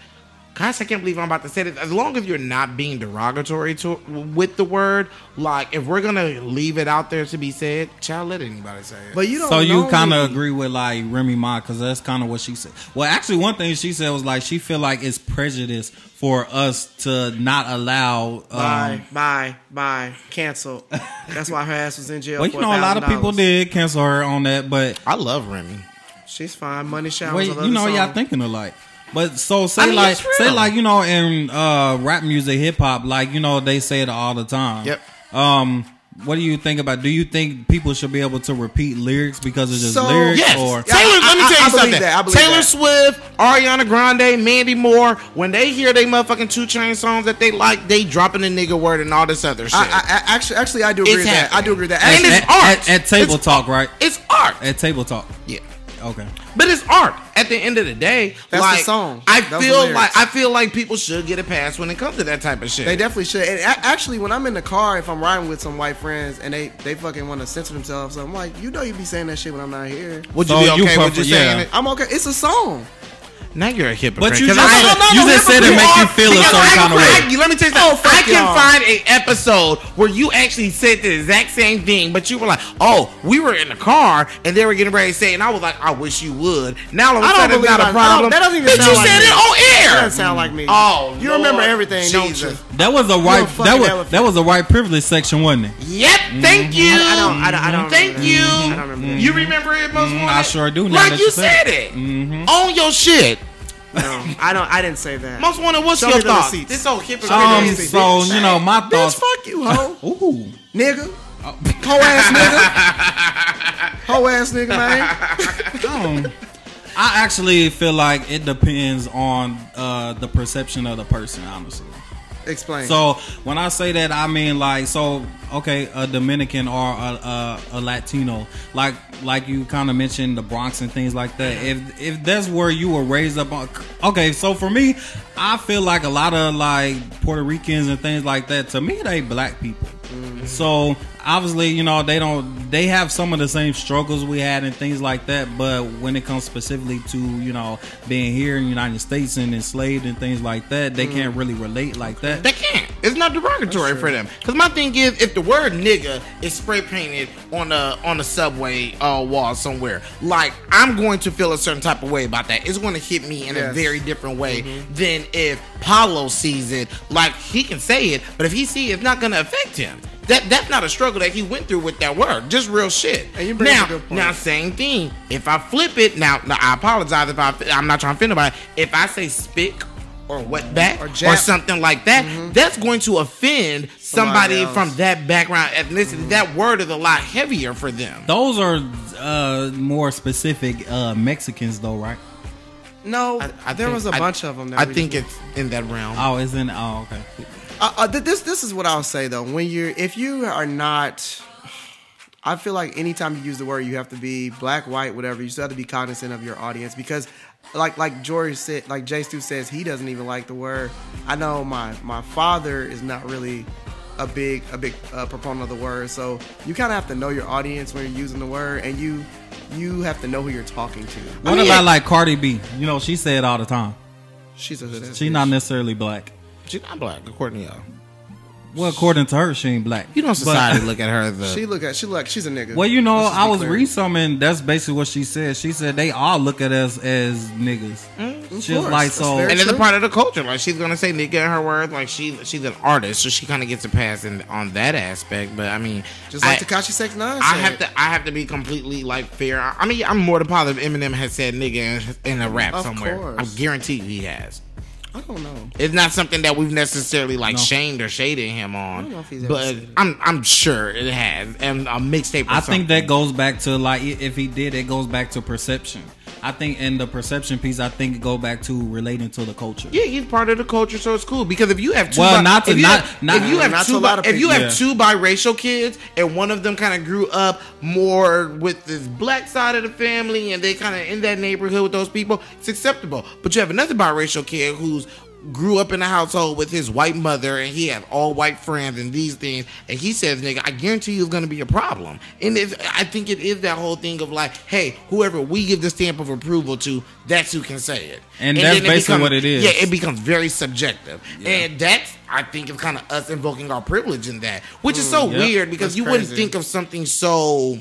gosh, I can't believe I'm about to say this. As long as you're not being derogatory to with the word, like if we're gonna leave it out there to be said, child, let anybody say it. But you don't So you know kind me. of agree with like Remy Ma because that's kind of what she said. Well, actually, one thing she said was like she feel like it's prejudice for us to not allow. Bye, Um, bye, bye. Cancel. That's why her ass was in jail. well, you for know, a lot of people $1,000. did cancel her on that, but I love Remy. She's fine. Money showers. Wait, I love you the know, song. y'all thinking alike. But so say I mean, like it's real. say like you know in uh, rap music, hip hop, like you know they say it all the time. Yep. Um, what do you think about? Do you think people should be able to repeat lyrics because it's just So- lyrics? Yes, Taylor. Or let me I- I- tell you I believe something. that. I believe Taylor that. Swift, Ariana Grande, Mandy Moore. When they hear they motherfucking two chain songs that they like, they dropping the nigga word and all this other shit. I, I, I- actually, actually, I do agree It's with that. I happening. do agree with that. And Actually, it's at, art. at, at table It's- talk, right? it's art. At table talk. yeah. Okay. But it's art. At the end of the day, That's like, the song. I Those the feel lyrics. like I feel like people should get a pass when it comes to that type of shit. They definitely should. And a- actually, when I'm in the car, if I'm riding with some white friends and they, they fucking want to censor themselves, I'm like, you know, you be saying that shit when I'm not here. Would you So be you okay with prefer- you yeah. saying it? I'm okay. It's a song. Now you're a hypocrite. But you 'cause just I- said- you just said it hypocrite. make you feel a Because certain I- kind of way. I- Let me tell you something. Oh, fuck I can y'all. find an episode where you actually said the exact same thing, but you were like, "Oh, we were in the car and they were getting ready to say," it," and I was like, "I wish you would." Now all of a I don't sudden, it's believe not I- a I don't- problem. that doesn't even Bitch, you sound like said me. it on That air. doesn't sound like me. Oh, you remember Lord everything, don't you? Jesus. That was a white. fucking That was elephant. that was a white privilege section, wasn't it? Yep. Thank you. Mm-hmm. Mm-hmm. I don't. I don't. I don't Thank remember you. That. I don't remember. that. You remember it most Mhm, wanted? I sure do now Like that you you said Mm-hmm. said it. Own your shit. No, I don't. I didn't say that. Most wanted. What's Show your me the thoughts? receipts. This old hypocrite. Um. Crazy, So bitch. you know my Bitch, thoughts. fuck you, hoe, Ooh. nigga, Oh. hoe ass nigga, hoe ass nigga, man. Um, I actually feel like it depends on uh, the perception of the person, honestly. Explain. So when I say that, I mean like so. Okay, a Dominican or a, a, a Latino, like like you kind of mentioned the Bronx and things like that. If if that's where you were raised up, on, okay. So for me, I feel like a lot of like Puerto Ricans and things like that. To me, they black people. So obviously, you know they don't they have some of the same struggles we had and things like that. But when it comes specifically to you know being here in the United States and enslaved and things like that, they can't really relate like that. they can't. It's not derogatory for them. Because my thing is, if the word nigga is spray painted on a on a subway uh, wall somewhere, like I'm going to feel a certain type of way about that. It's going to hit me in a Yes. Mm-hmm. very different way than if Paulo sees it. Like he can say it, but if he see it, it's not going to affect him. That that's not a struggle that he went through with that word. Just real shit. And you bring up now, a good point. now same thing. If I flip it, now, now I apologize if I I'm not trying to offend nobody. If I say spick or wetback Mm-hmm. Or or, jap. something like that, that's going to offend somebody, Somebody else. Mm-hmm. from that background ethnicity. That word is a lot heavier for them. Those are uh, more specific uh, Mexicans, though, right? No, I- I there think- was a I- bunch of them. That Uh, I we- think it's in that realm. Oh, it's in. Oh, okay. uh, uh, th- this this is what I'll say though. When you're if you are not, I feel like anytime you use the word, you have to be black, white, whatever. You still have to be cognizant of your audience because, like like George said, like Jay Stu says, he doesn't even like the word. I know my my father is not really a big a big uh, proponent of the word, so you kind of have to know your audience when you're using the word, and you you have to know who you're talking to. What about like Cardi B? You know, she said all the time. She's a She's not necessarily black. She's not black, according to y'all. Well, according to her, she ain't black. You know, But- society look at her as a. She look at she look like she's a nigga. Well, you know, Let's just I be was clear. reading something. and That's basically what she said. She said they all look at us as niggas. She's Mm, course. like That's so. very and it's a true. part of the culture. Like she's gonna say nigga in her words. Like she she's an artist, so she kind of gets a pass in, on that aspect. But I mean, just like I- Takashi Six Nine. I have to. I have to be completely like fair. I, I mean, I'm more than positive Eminem has said "nigga" in, in a rap Of somewhere. course. I guarantee you he has. I don't know. It's not something that we've necessarily like No. shamed or shaded him on. don't know if he's ever but said it. I'm I'm sure it has. And a mixtape. or I think something. that goes back to like i- if he did, it goes back to perception. I think in the perception piece, I think it go back to relating to the culture. Yeah, he's part of the culture, so it's cool. Because if you have two, Well, bi- not to- if you not- have, not- if you have not to two, a bi- lot of if you people. have two biracial kids, and one of them kind of grew up more with this black side of the family, and they kind of in that neighborhood with those people, it's acceptable. But you have another biracial kid who's grew up in a household with his white mother and he has all white friends and these things and he says nigga I guarantee you it's gonna be a problem and it's, I think it is that whole thing of like hey whoever we give the stamp of approval to that's who can say it And that's then it basically becomes- what it is. yeah it becomes very subjective. And that's, I think, is kind of us invoking our privilege in that, which is so Mm, yep. weird because That's you wouldn't crazy. think of something so,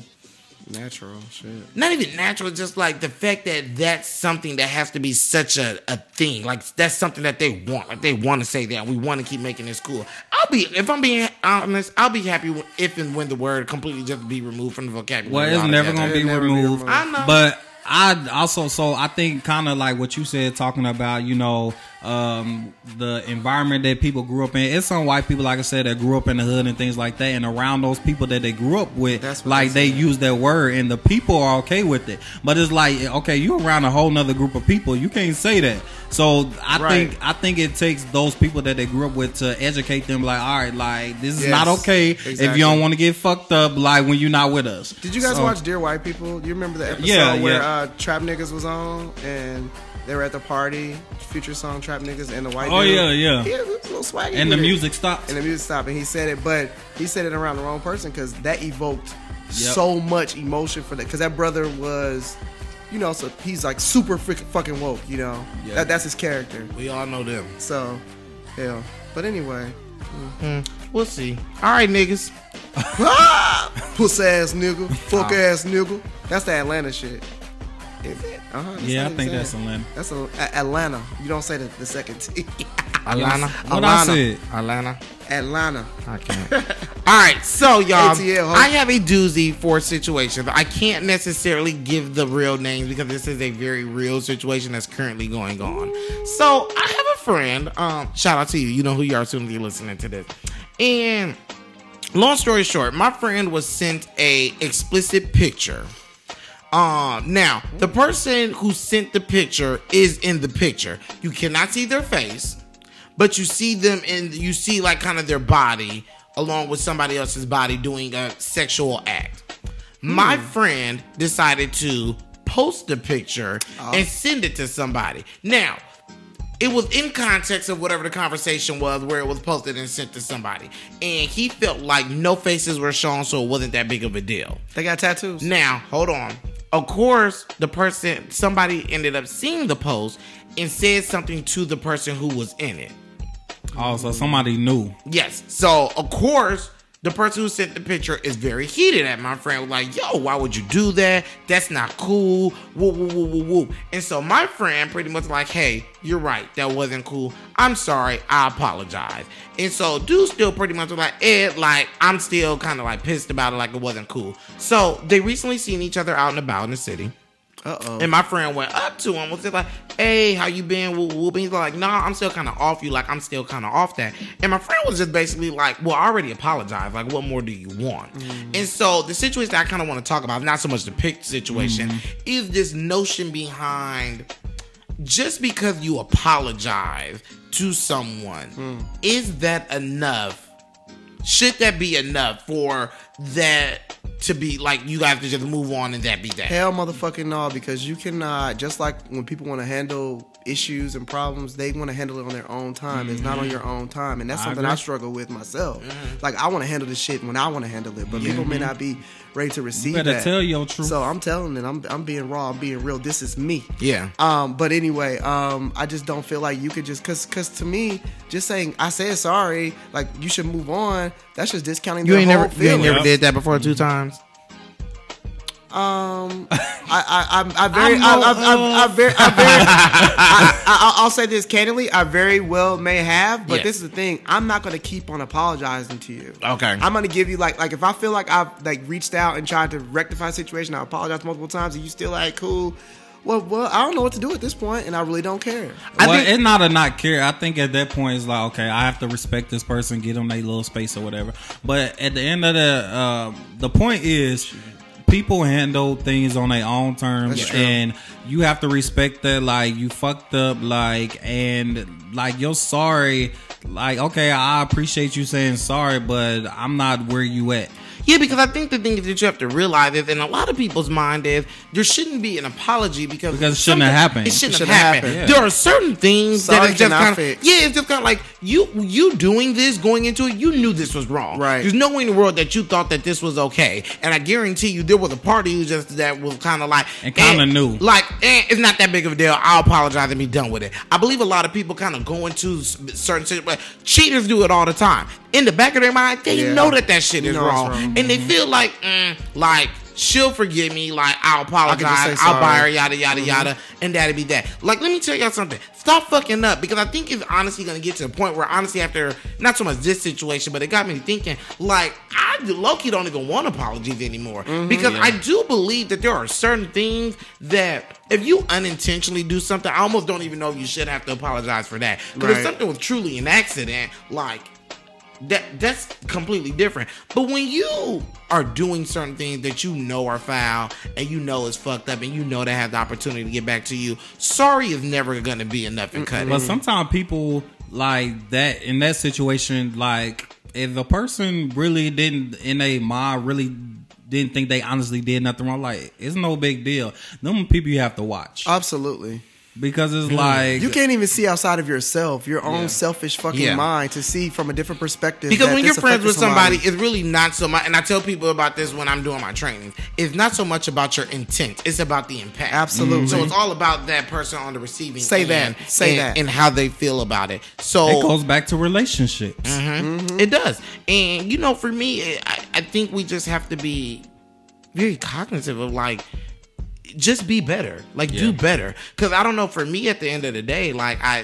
Natural shit. not even natural, just like the fact that that's something that has to be such a, a thing. Like, that's something that they want. Like, they want to say that. We want to keep making this cool. I'll be, if I'm being honest, I'll be happy when- if and when the word completely just be removed from the vocabulary. Well, it's never altogether. gonna be It'll never be removed. removed. I know. But I also so I think kind of like what you said, talking about you know um, the environment that people grew up in. It's some white people, like I said, that grew up in the hood and things like that, and around those people that they grew up with, That's what like they they use that word, and the people are okay with it. But it's like okay, you around a whole nother group of people, you can't say that. So I Right. think I think it takes those people that they grew up with to educate them. Like all right, like this is Yes, not okay if exactly. you don't want to get fucked up. Like when you're not with us. Did you guys So- watch Dear White People? Do you remember the episode Yeah, where yeah. Uh, Trap Niggas was on and they were at the party? Future song Trap Niggas and the white. Oh, dude. yeah, yeah. He was a little swaggy. and the with it. music stops. And the music stopped, and he said it, but he said it around the wrong person because that evoked so much emotion for that. Because that brother was, you know, so he's like super freak, fucking woke. You know, Yeah. that, that's his character. We all know them. So, yeah. But anyway, We'll see. All right, niggas. puss ass nigga, fuck ass nigga. That's the Atlanta shit. Is it? Uh-huh, that's Yeah, what I he think said. that's Atlanta. That's a, a- Atlanta. You don't say the, the second T. Alana. What I Alana. said. Alana. Atlanta. I can't. All right, so y'all, ATL, huh? I have a doozy for situations. I can't necessarily give the real names because this is a very real situation that's currently going on. So I have a friend. Um, shout out to you. You know who you are as soon as you're listening to this. And long story short, my friend was sent a explicit picture. Um, now the person who sent the picture is in the picture. You cannot see their face, but you see them and you see like kind of their body along with somebody else's body doing a sexual act. My friend decided to post the picture and send it to somebody. Now, it was in context of whatever the conversation was where it was posted and sent to somebody. And he felt like no faces were shown, so it wasn't that big of a deal. They got tattoos. Now, hold on. Of course, the person, somebody ended up seeing the post and said something to the person who was in it. Also, somebody knew. Yes. So of course, the person who sent the picture is very heated at my friend. Like, yo, why would you do that? That's not cool. Woo, woo, woo, woo, woo. And so my friend pretty much like, hey, you're right. That wasn't cool. I'm sorry. I apologize. And so dude still pretty much was like, Ed, like, I'm still kind of like pissed about it, like it wasn't cool. So they recently seen each other out and about in the city. Uh oh. And my friend went up to him, was just like, "Hey, how you been?" Whoop, whoop. And he's like, "Nah, I'm still kind of off you. Like, I'm still kind of off that." And my friend was just basically like, "Well, I already apologized. Like, what more do you want?" And so the situation I kind of want to talk about, not so much the pick situation, is this notion behind just because you apologize to someone, is that enough? Should that be enough for that to be like you guys to just move on and that be that? Hell motherfucking no, because you cannot, just like when people want to handle issues and problems, they want to handle it on their own time. It's not on your own time. And that's something Mm-hmm. agree. I Mm-hmm. struggle with myself. Like, I want to handle this shit when I want to handle it, but people may not be ready to receive better that. tell your truth. So I'm telling it. I'm, I'm being raw. I'm being real. This is me. Yeah. Um, but anyway, um, I just don't feel like you could just cause cause to me, just saying I said sorry, like you should move on. That's just discounting. You their ain't whole never, you ain't feeling. never did that before two times. Um, I, I, I, I very, I, know I, I, I, I very, I very, I, I, I'll say this candidly, I very well may have, but Yeah. this is the thing, I'm not gonna keep on apologizing to you. Okay. I'm gonna give you like, like if I feel like I've like reached out and tried to rectify a situation, I apologize multiple times, and you still like cool. Well, well, I don't know what to do at this point, and I really don't care. I well, think- it's not a not care. I think at that point it's like, okay, I have to respect this person, get them their little space or whatever. But at the end of the, uh, the point is, people handle things on their own terms, That's true. and you have to respect that. Like you fucked up, like and like you're sorry. Like okay, I appreciate you saying sorry, but I'm not where you at. Yeah, because I think the thing that you have to realize is, in a lot of people's mind is, there shouldn't be an apology because Because it shouldn't have happened. It shouldn't, It shouldn't have have happened. happened. There are certain things Sorry that is just cannot kind of fix. yeah, it's just kind of like you you doing this going into it. You knew this was wrong. Right. There's no way in the world that you thought that this was okay. And I guarantee you, there was a part of you just that was kind of like And kinda eh, knew. like eh, it's not that big of a deal. I'll apologize and be done with it. I believe a lot of people kind of go into s- certain situations. Cheaters do it all the time. In the back of their mind, they Yeah. know that that shit You is know it's wrong. wrong. Mm-hmm. and they feel like, mm, like she'll forgive me, like I'll apologize, just say I'll buy her, sorry. Mm-hmm. yada yada yada, and that'll be that. Like, let me tell y'all something. Stop fucking up because I think it's honestly gonna get to the point where honestly, after not so much this situation, but it got me thinking. Like, I Loki don't even want apologies anymore Mm-hmm, because I do believe that there are certain things that if you unintentionally do something, I almost don't even know if you should have to apologize for that. Because if Right. something was truly an accident, like that that's completely different. But when you are doing certain things that you know are foul and you know is fucked up and you know they have the opportunity to get back to you, sorry is never gonna be enough and cut it. But sometimes people like that in that situation, like if a person really didn't in a mind really didn't think they honestly did nothing wrong, like it's no big deal. Them people you have to watch Uh, Absolutely. because mm-hmm. it's like You can't even see outside of yourself, your own selfish fucking Yeah. mind, to see from a different perspective. Because that when you're this friends affected with somebody, it's really not so much. And I tell people about this when I'm doing my training. It's not so much about your intent; it's about the impact. Absolutely. So it's all about that person on the receiving. Say that. end Say and- that. and how they feel about it. So it goes back to relationships. Mm-hmm. It does. And, you know, for me, I, I think we just have to be very cognizant of like, just be better. Like, do better. Because I don't know, for me, at the end of the day, like, I.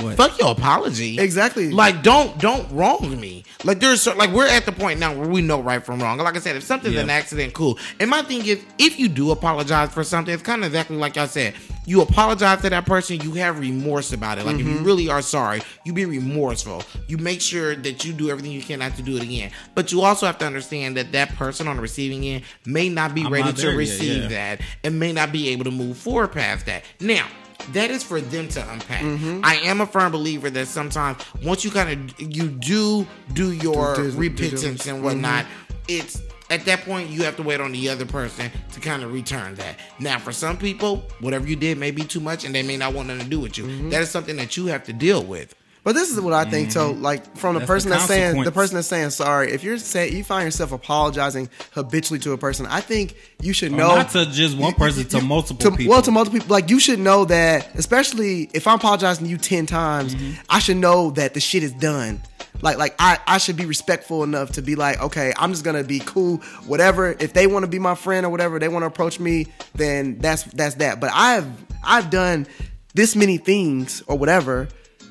What? Fuck your apology. Exactly. Like, don't don't wrong me. Like, there's so, like we're at the point now where we know right from wrong. Like I said, if something's Yeah. an accident, cool. And my thing is, if you do apologize for something, it's kind of exactly like I said. You apologize to that person, you have remorse about it. Like if you really are sorry, you be remorseful. You make sure that you do everything you can not to do it again. But you also have to understand that that person on the receiving end may not be I'm ready not to there yet, receive yeah. that that and may not be able to move forward past that. Now, that is for them to unpack. Mm-hmm. I am a firm believer that sometimes once you kind of you do do your Do- do- do- repentance and whatnot, Mm-hmm. it's at that point you have to wait on the other person to kind of return that. Now, for some Mm-hmm. people, whatever you did may be too much and they may not want nothing to do with you. That is something that you have to deal with. But this is what I think. Mm-hmm. So, like from the That's the person that's saying the consequence. person that's saying sorry, if you're say you find yourself apologizing habitually to a person, I think you should Oh, know Not to just one person, to multiple to- people. Well, to multiple people, like you should know that. Especially if I'm apologizing to you ten times, I should know that the shit is done. Like, like I, I should be respectful enough to be like, okay, I'm just gonna be cool. Whatever. If they want to be my friend or whatever, they want to approach me, then that's that's that. But I've I've done this many things or whatever,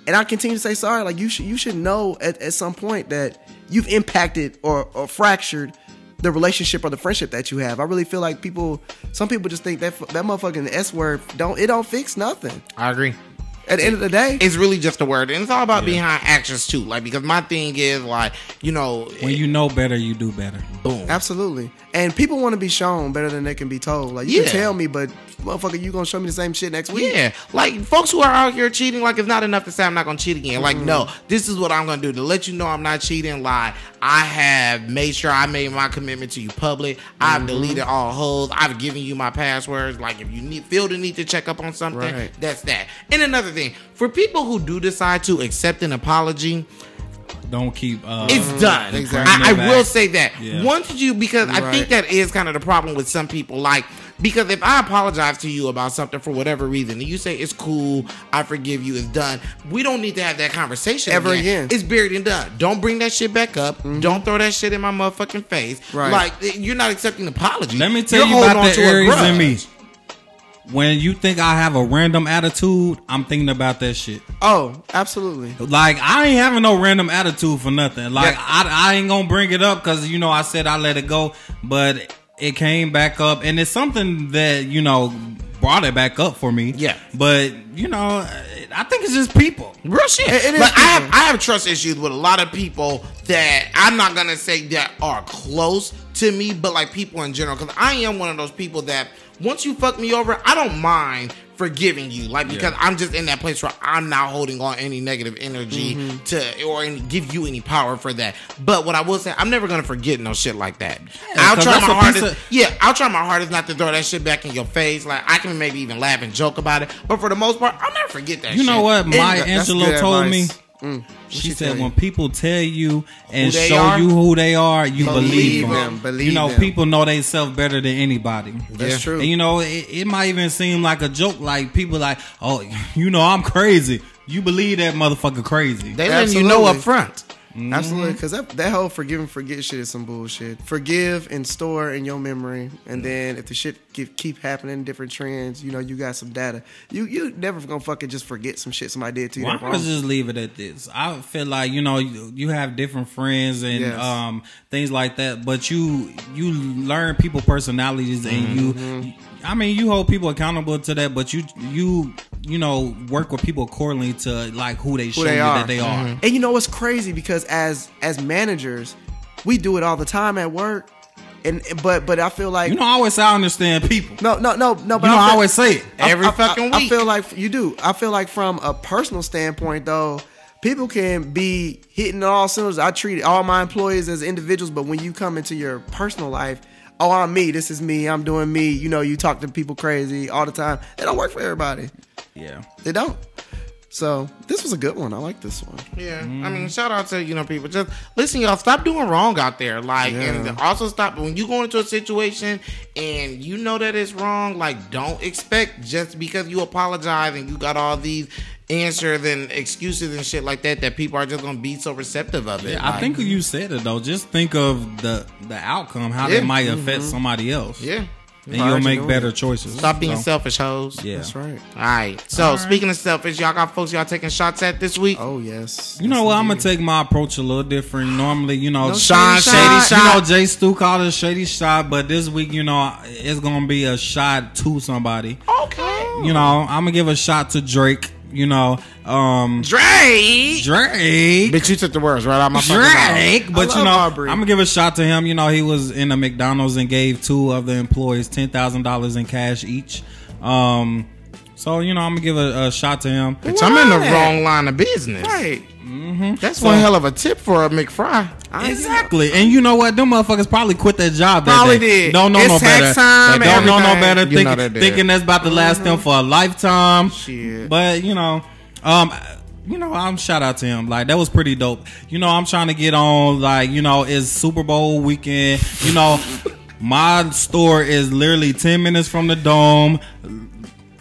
and I continue to say sorry. Like you should you should know at, at some point that you've impacted or, or fractured the relationship or the friendship that you have. I really feel like people, some people just think that that motherfucking S word don't it don't fix nothing. I agree. At the end of the day, It's really just a word, and it's all about behind actions too. Like because my thing is like you know when you know better, you do better. boom. absolutely. And people want to be shown better than they can be told. Like you Yeah. can tell me, but motherfucker, you gonna show me the same shit next week? Yeah, like folks who are out here cheating, like it's not enough to say I'm not gonna cheat again. Like, no, Mm-hmm. this is what I'm gonna do to let you know I'm not cheating. Like, I have made sure I made my commitment to you public. Mm-hmm. I've deleted all holes. I've given you my passwords. Like, if you need, feel the need to check up on something, Right. that's that. And another thing, for people who do decide to accept an apology, Don't keep. Uh, it's done. exactly. Um, I, I Bring it will back. say that Yeah. once you because I think Right. that is kind of the problem with some people. Like because if I apologize to you about something for whatever reason, and you say it's cool, I forgive you, it's done. We don't need to have that conversation Ever again. Mm-hmm. It's buried and done. Don't bring that shit back up. Don't throw that shit in my motherfucking face. Right. Like you're not accepting an apology. Let me tell You're you holding about on the to a Aries in grudge. me. When you think I have a random attitude, I'm thinking about that shit. Oh, absolutely. Like I ain't having no random attitude for nothing. Like I, I ain't gonna bring it up because you know I said I let it go, but it came back up, and it's something that you know brought it back up for me. Yeah. but you know I think it's just people. Real shit. It- it is like I have people. I have trust issues with a lot of people that I'm not gonna say that are close to me, but like people in general. Because I am one of those people that once you fuck me over, I don't mind forgiving you. Like because I'm just in that place where I'm not holding on any negative energy Mm-hmm. to or any, give you any power for that. But what I will say, I'm never gonna forget no shit like that. I'll 'cause try that's my a piece hardest. of- Yeah, I'll try my hardest not to throw that shit back in your face. Like I can maybe even laugh and joke about it, but for the most part, I'll never forget that. You know shit. what? Maya that's Angelou good told me. advice. Mm. She, she tell said, you? "When people tell you and they show are, you who they are, you believe believe, them, them. believe you know, them. people know themselves better than anybody. That's true. And you know, it, it might even seem like a joke. Like people, like, oh, you know, I'm crazy. You believe that motherfucker crazy? They letting you know up Absolutely. front. Absolutely, because that, that whole forgive and forget shit is some bullshit. Forgive and store in your memory, Mm. and then if the shit keep, keep happening, different trends, you know, you got some data. You you never gonna fucking just forget some shit somebody did to you. Why that don't I wrong. just leave it at this? I feel like you know you, you have different friends and Yes. um, things like that, but you you learn people personalities and you. I mean, you hold people accountable to that, but you you you know work with people accordingly to like who they show they you are. that Mm-hmm. they are. And you know what's crazy because as as managers, we do it all the time at work. And but but I feel like You know, I always say I understand people. no no no no. But you know, I I feel- always say it. I- Every I- I- fucking I week. feel like you do. I feel like from a personal standpoint, though, people can be hitting on all cylinders. I treat all my employees as individuals, but when you come into your personal life, oh, I'm me. This is me. I'm doing me. You know, you talk to people crazy all the time. It don't work for everybody. Yeah. They don't. So this was a good one. I like this one. Yeah, I mean, shout out to you know people. Just listen, y'all. Stop doing wrong out there. Like, Yeah. and also stop when you go into a situation and you know that it's wrong. Like, don't expect just because you apologize and you got all these answers and excuses and shit like that that people are just gonna be so receptive of it. Yeah, I Like, think you said it though. Just think of the the outcome, how Yeah. that might affect somebody else. Yeah, and you'll make doing better choices. stop being So, selfish, hoes. Yeah, That's right. All right. So speaking of selfish, y'all got folks y'all taking shots at this week. Oh yes. You know what? I'm gonna take my approach a little different. Normally, you know, Sean Shady Shady, Shot. Shot. You know, Jay Stu called it a shady shot, but this week, you know, it's gonna be a shot to somebody. Oh. okay. You know, I'm gonna give a shot to Drake. You know, um, Drake. Drake. Bitch, you took the words right out my fucking mouth. Drake, but I you love know, Aubrey. I'm gonna give a shot to him. You know, he was in a McDonald's and gave two of the employees ten thousand dollars in cash each. Um, so you know, I'm gonna give a, a shot to him. Bitch, I'm in the Why? wrong line of business. Right. That's one hell of a tip for a McFry. I- Exactly, and you know what? Them motherfuckers probably quit that job. That Probably day. did. Don't know It's no tax better. time They don't and know no everything. better. You thinking, know they did. thinking that's about to last them for a lifetime. Shit. But you know, um, you know, I'm shout out to him. Like that was pretty dope. You know, I'm trying to get on. Like you know, it's Super Bowl weekend. You know, my store is literally ten minutes from the dome.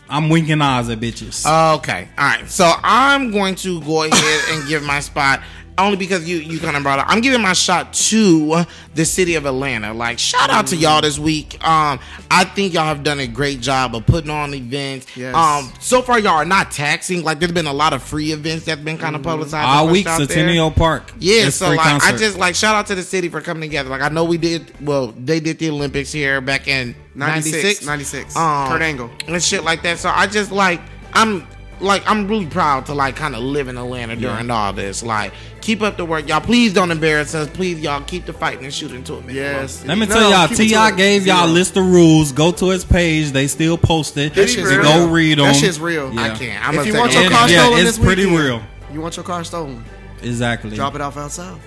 I'm winking eyes at Oh, bitches. Okay. All right. So I'm going to go ahead and give my spot only because you you kind of brought up. I'm giving my shot to the city of Atlanta. Like shout out Mm. to y'all this week. Um, I think y'all have done a great job of putting on events. Yes. Um, so far y'all are not taxing. Like there's been a lot of free events that's been Mm. kind of publicized. and All pushed week, out there. Centennial Park. Yeah, It's so free like I concert. just like shout out to the city for coming together. Like I know we did well, they did the Olympics here back in 96, 96, 96. Kurt Angle. and shit like that. So I just like I'm like I'm really proud to like kind of live in Atlanta during all this. Like keep up the work, y'all. Please don't embarrass us. Please, y'all keep the fighting and shooting to a minute. Yes. Let me No, tell y'all, keep it to Ti it. gave y'all a Zero. list of rules. Go to his page; they still post it. That You shit's can real. go read them. That shit's real. I Yeah. can't. I'm If gonna you take want a your look. car yeah, stolen it's this pretty weekend, real. You want your car stolen? Exactly. Drop it off outside.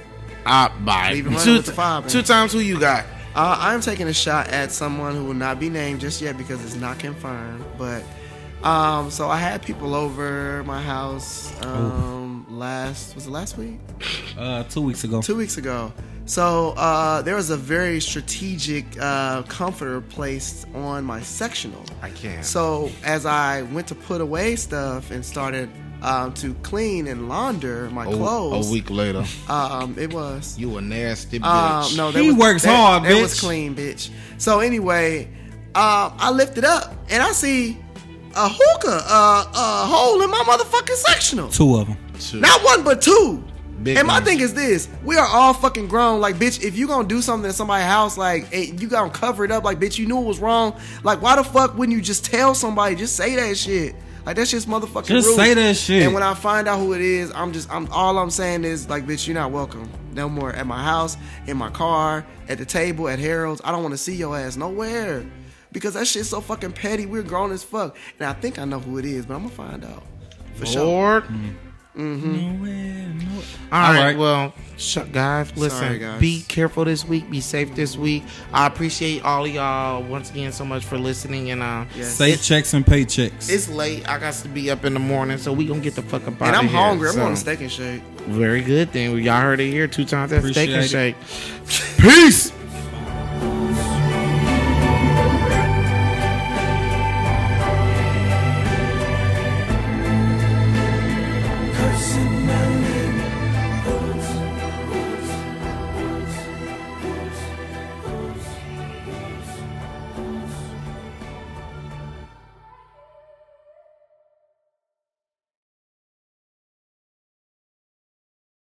Ah, bye. Leave him running Two, with the five, man. two times who you got? Uh, I'm taking a shot at someone who will not be named just yet because it's not confirmed. But um, so I had people over my house Oh. um, last was it last week? Uh, two weeks ago. two weeks ago. So uh, there was a very strategic uh, comforter placed on my sectional. I can't. So as I went to put away stuff and started um, to clean and launder my clothes, A week later, um, it was. Oh, you a nasty bitch. Um, no, He works hard, It was bitch. clean, bitch. So anyway, uh, I lift it up and I see a hookah, uh, a hole in my motherfucking sectional. Two of them. Not one, but two. Big and my ones. thing is this: we are all fucking grown. Like, bitch, if you gonna do something at somebody's house, like eh, you gonna cover it up, like, bitch, you knew it was wrong. Like, why the fuck wouldn't you just tell somebody? Just say that shit. Like that's just motherfucking. Just rules. say that shit. And when I find out who it is, I'm just, I'm all I'm saying is like, bitch, you're not welcome no more at my house, in my car, at the table, at Harold's. I don't want to see your ass nowhere because that shit's so fucking petty. We're grown as fuck, and I think I know who it is, but I'm gonna find out for sure. Lord. Mm-hmm. All right. right. Well, sh- guys, listen. guys. Be careful this week. Be safe this week. I appreciate all of y'all once again so much for listening. And uh, Yes. Safe checks and paychecks. it's late. I got to be up in the morning, so we gonna get the fuck up out And I'm hungry. So. I'm on a steak and shake. Very good thing. Y'all heard it here two times at Steak and Appreciate Shake. Peace.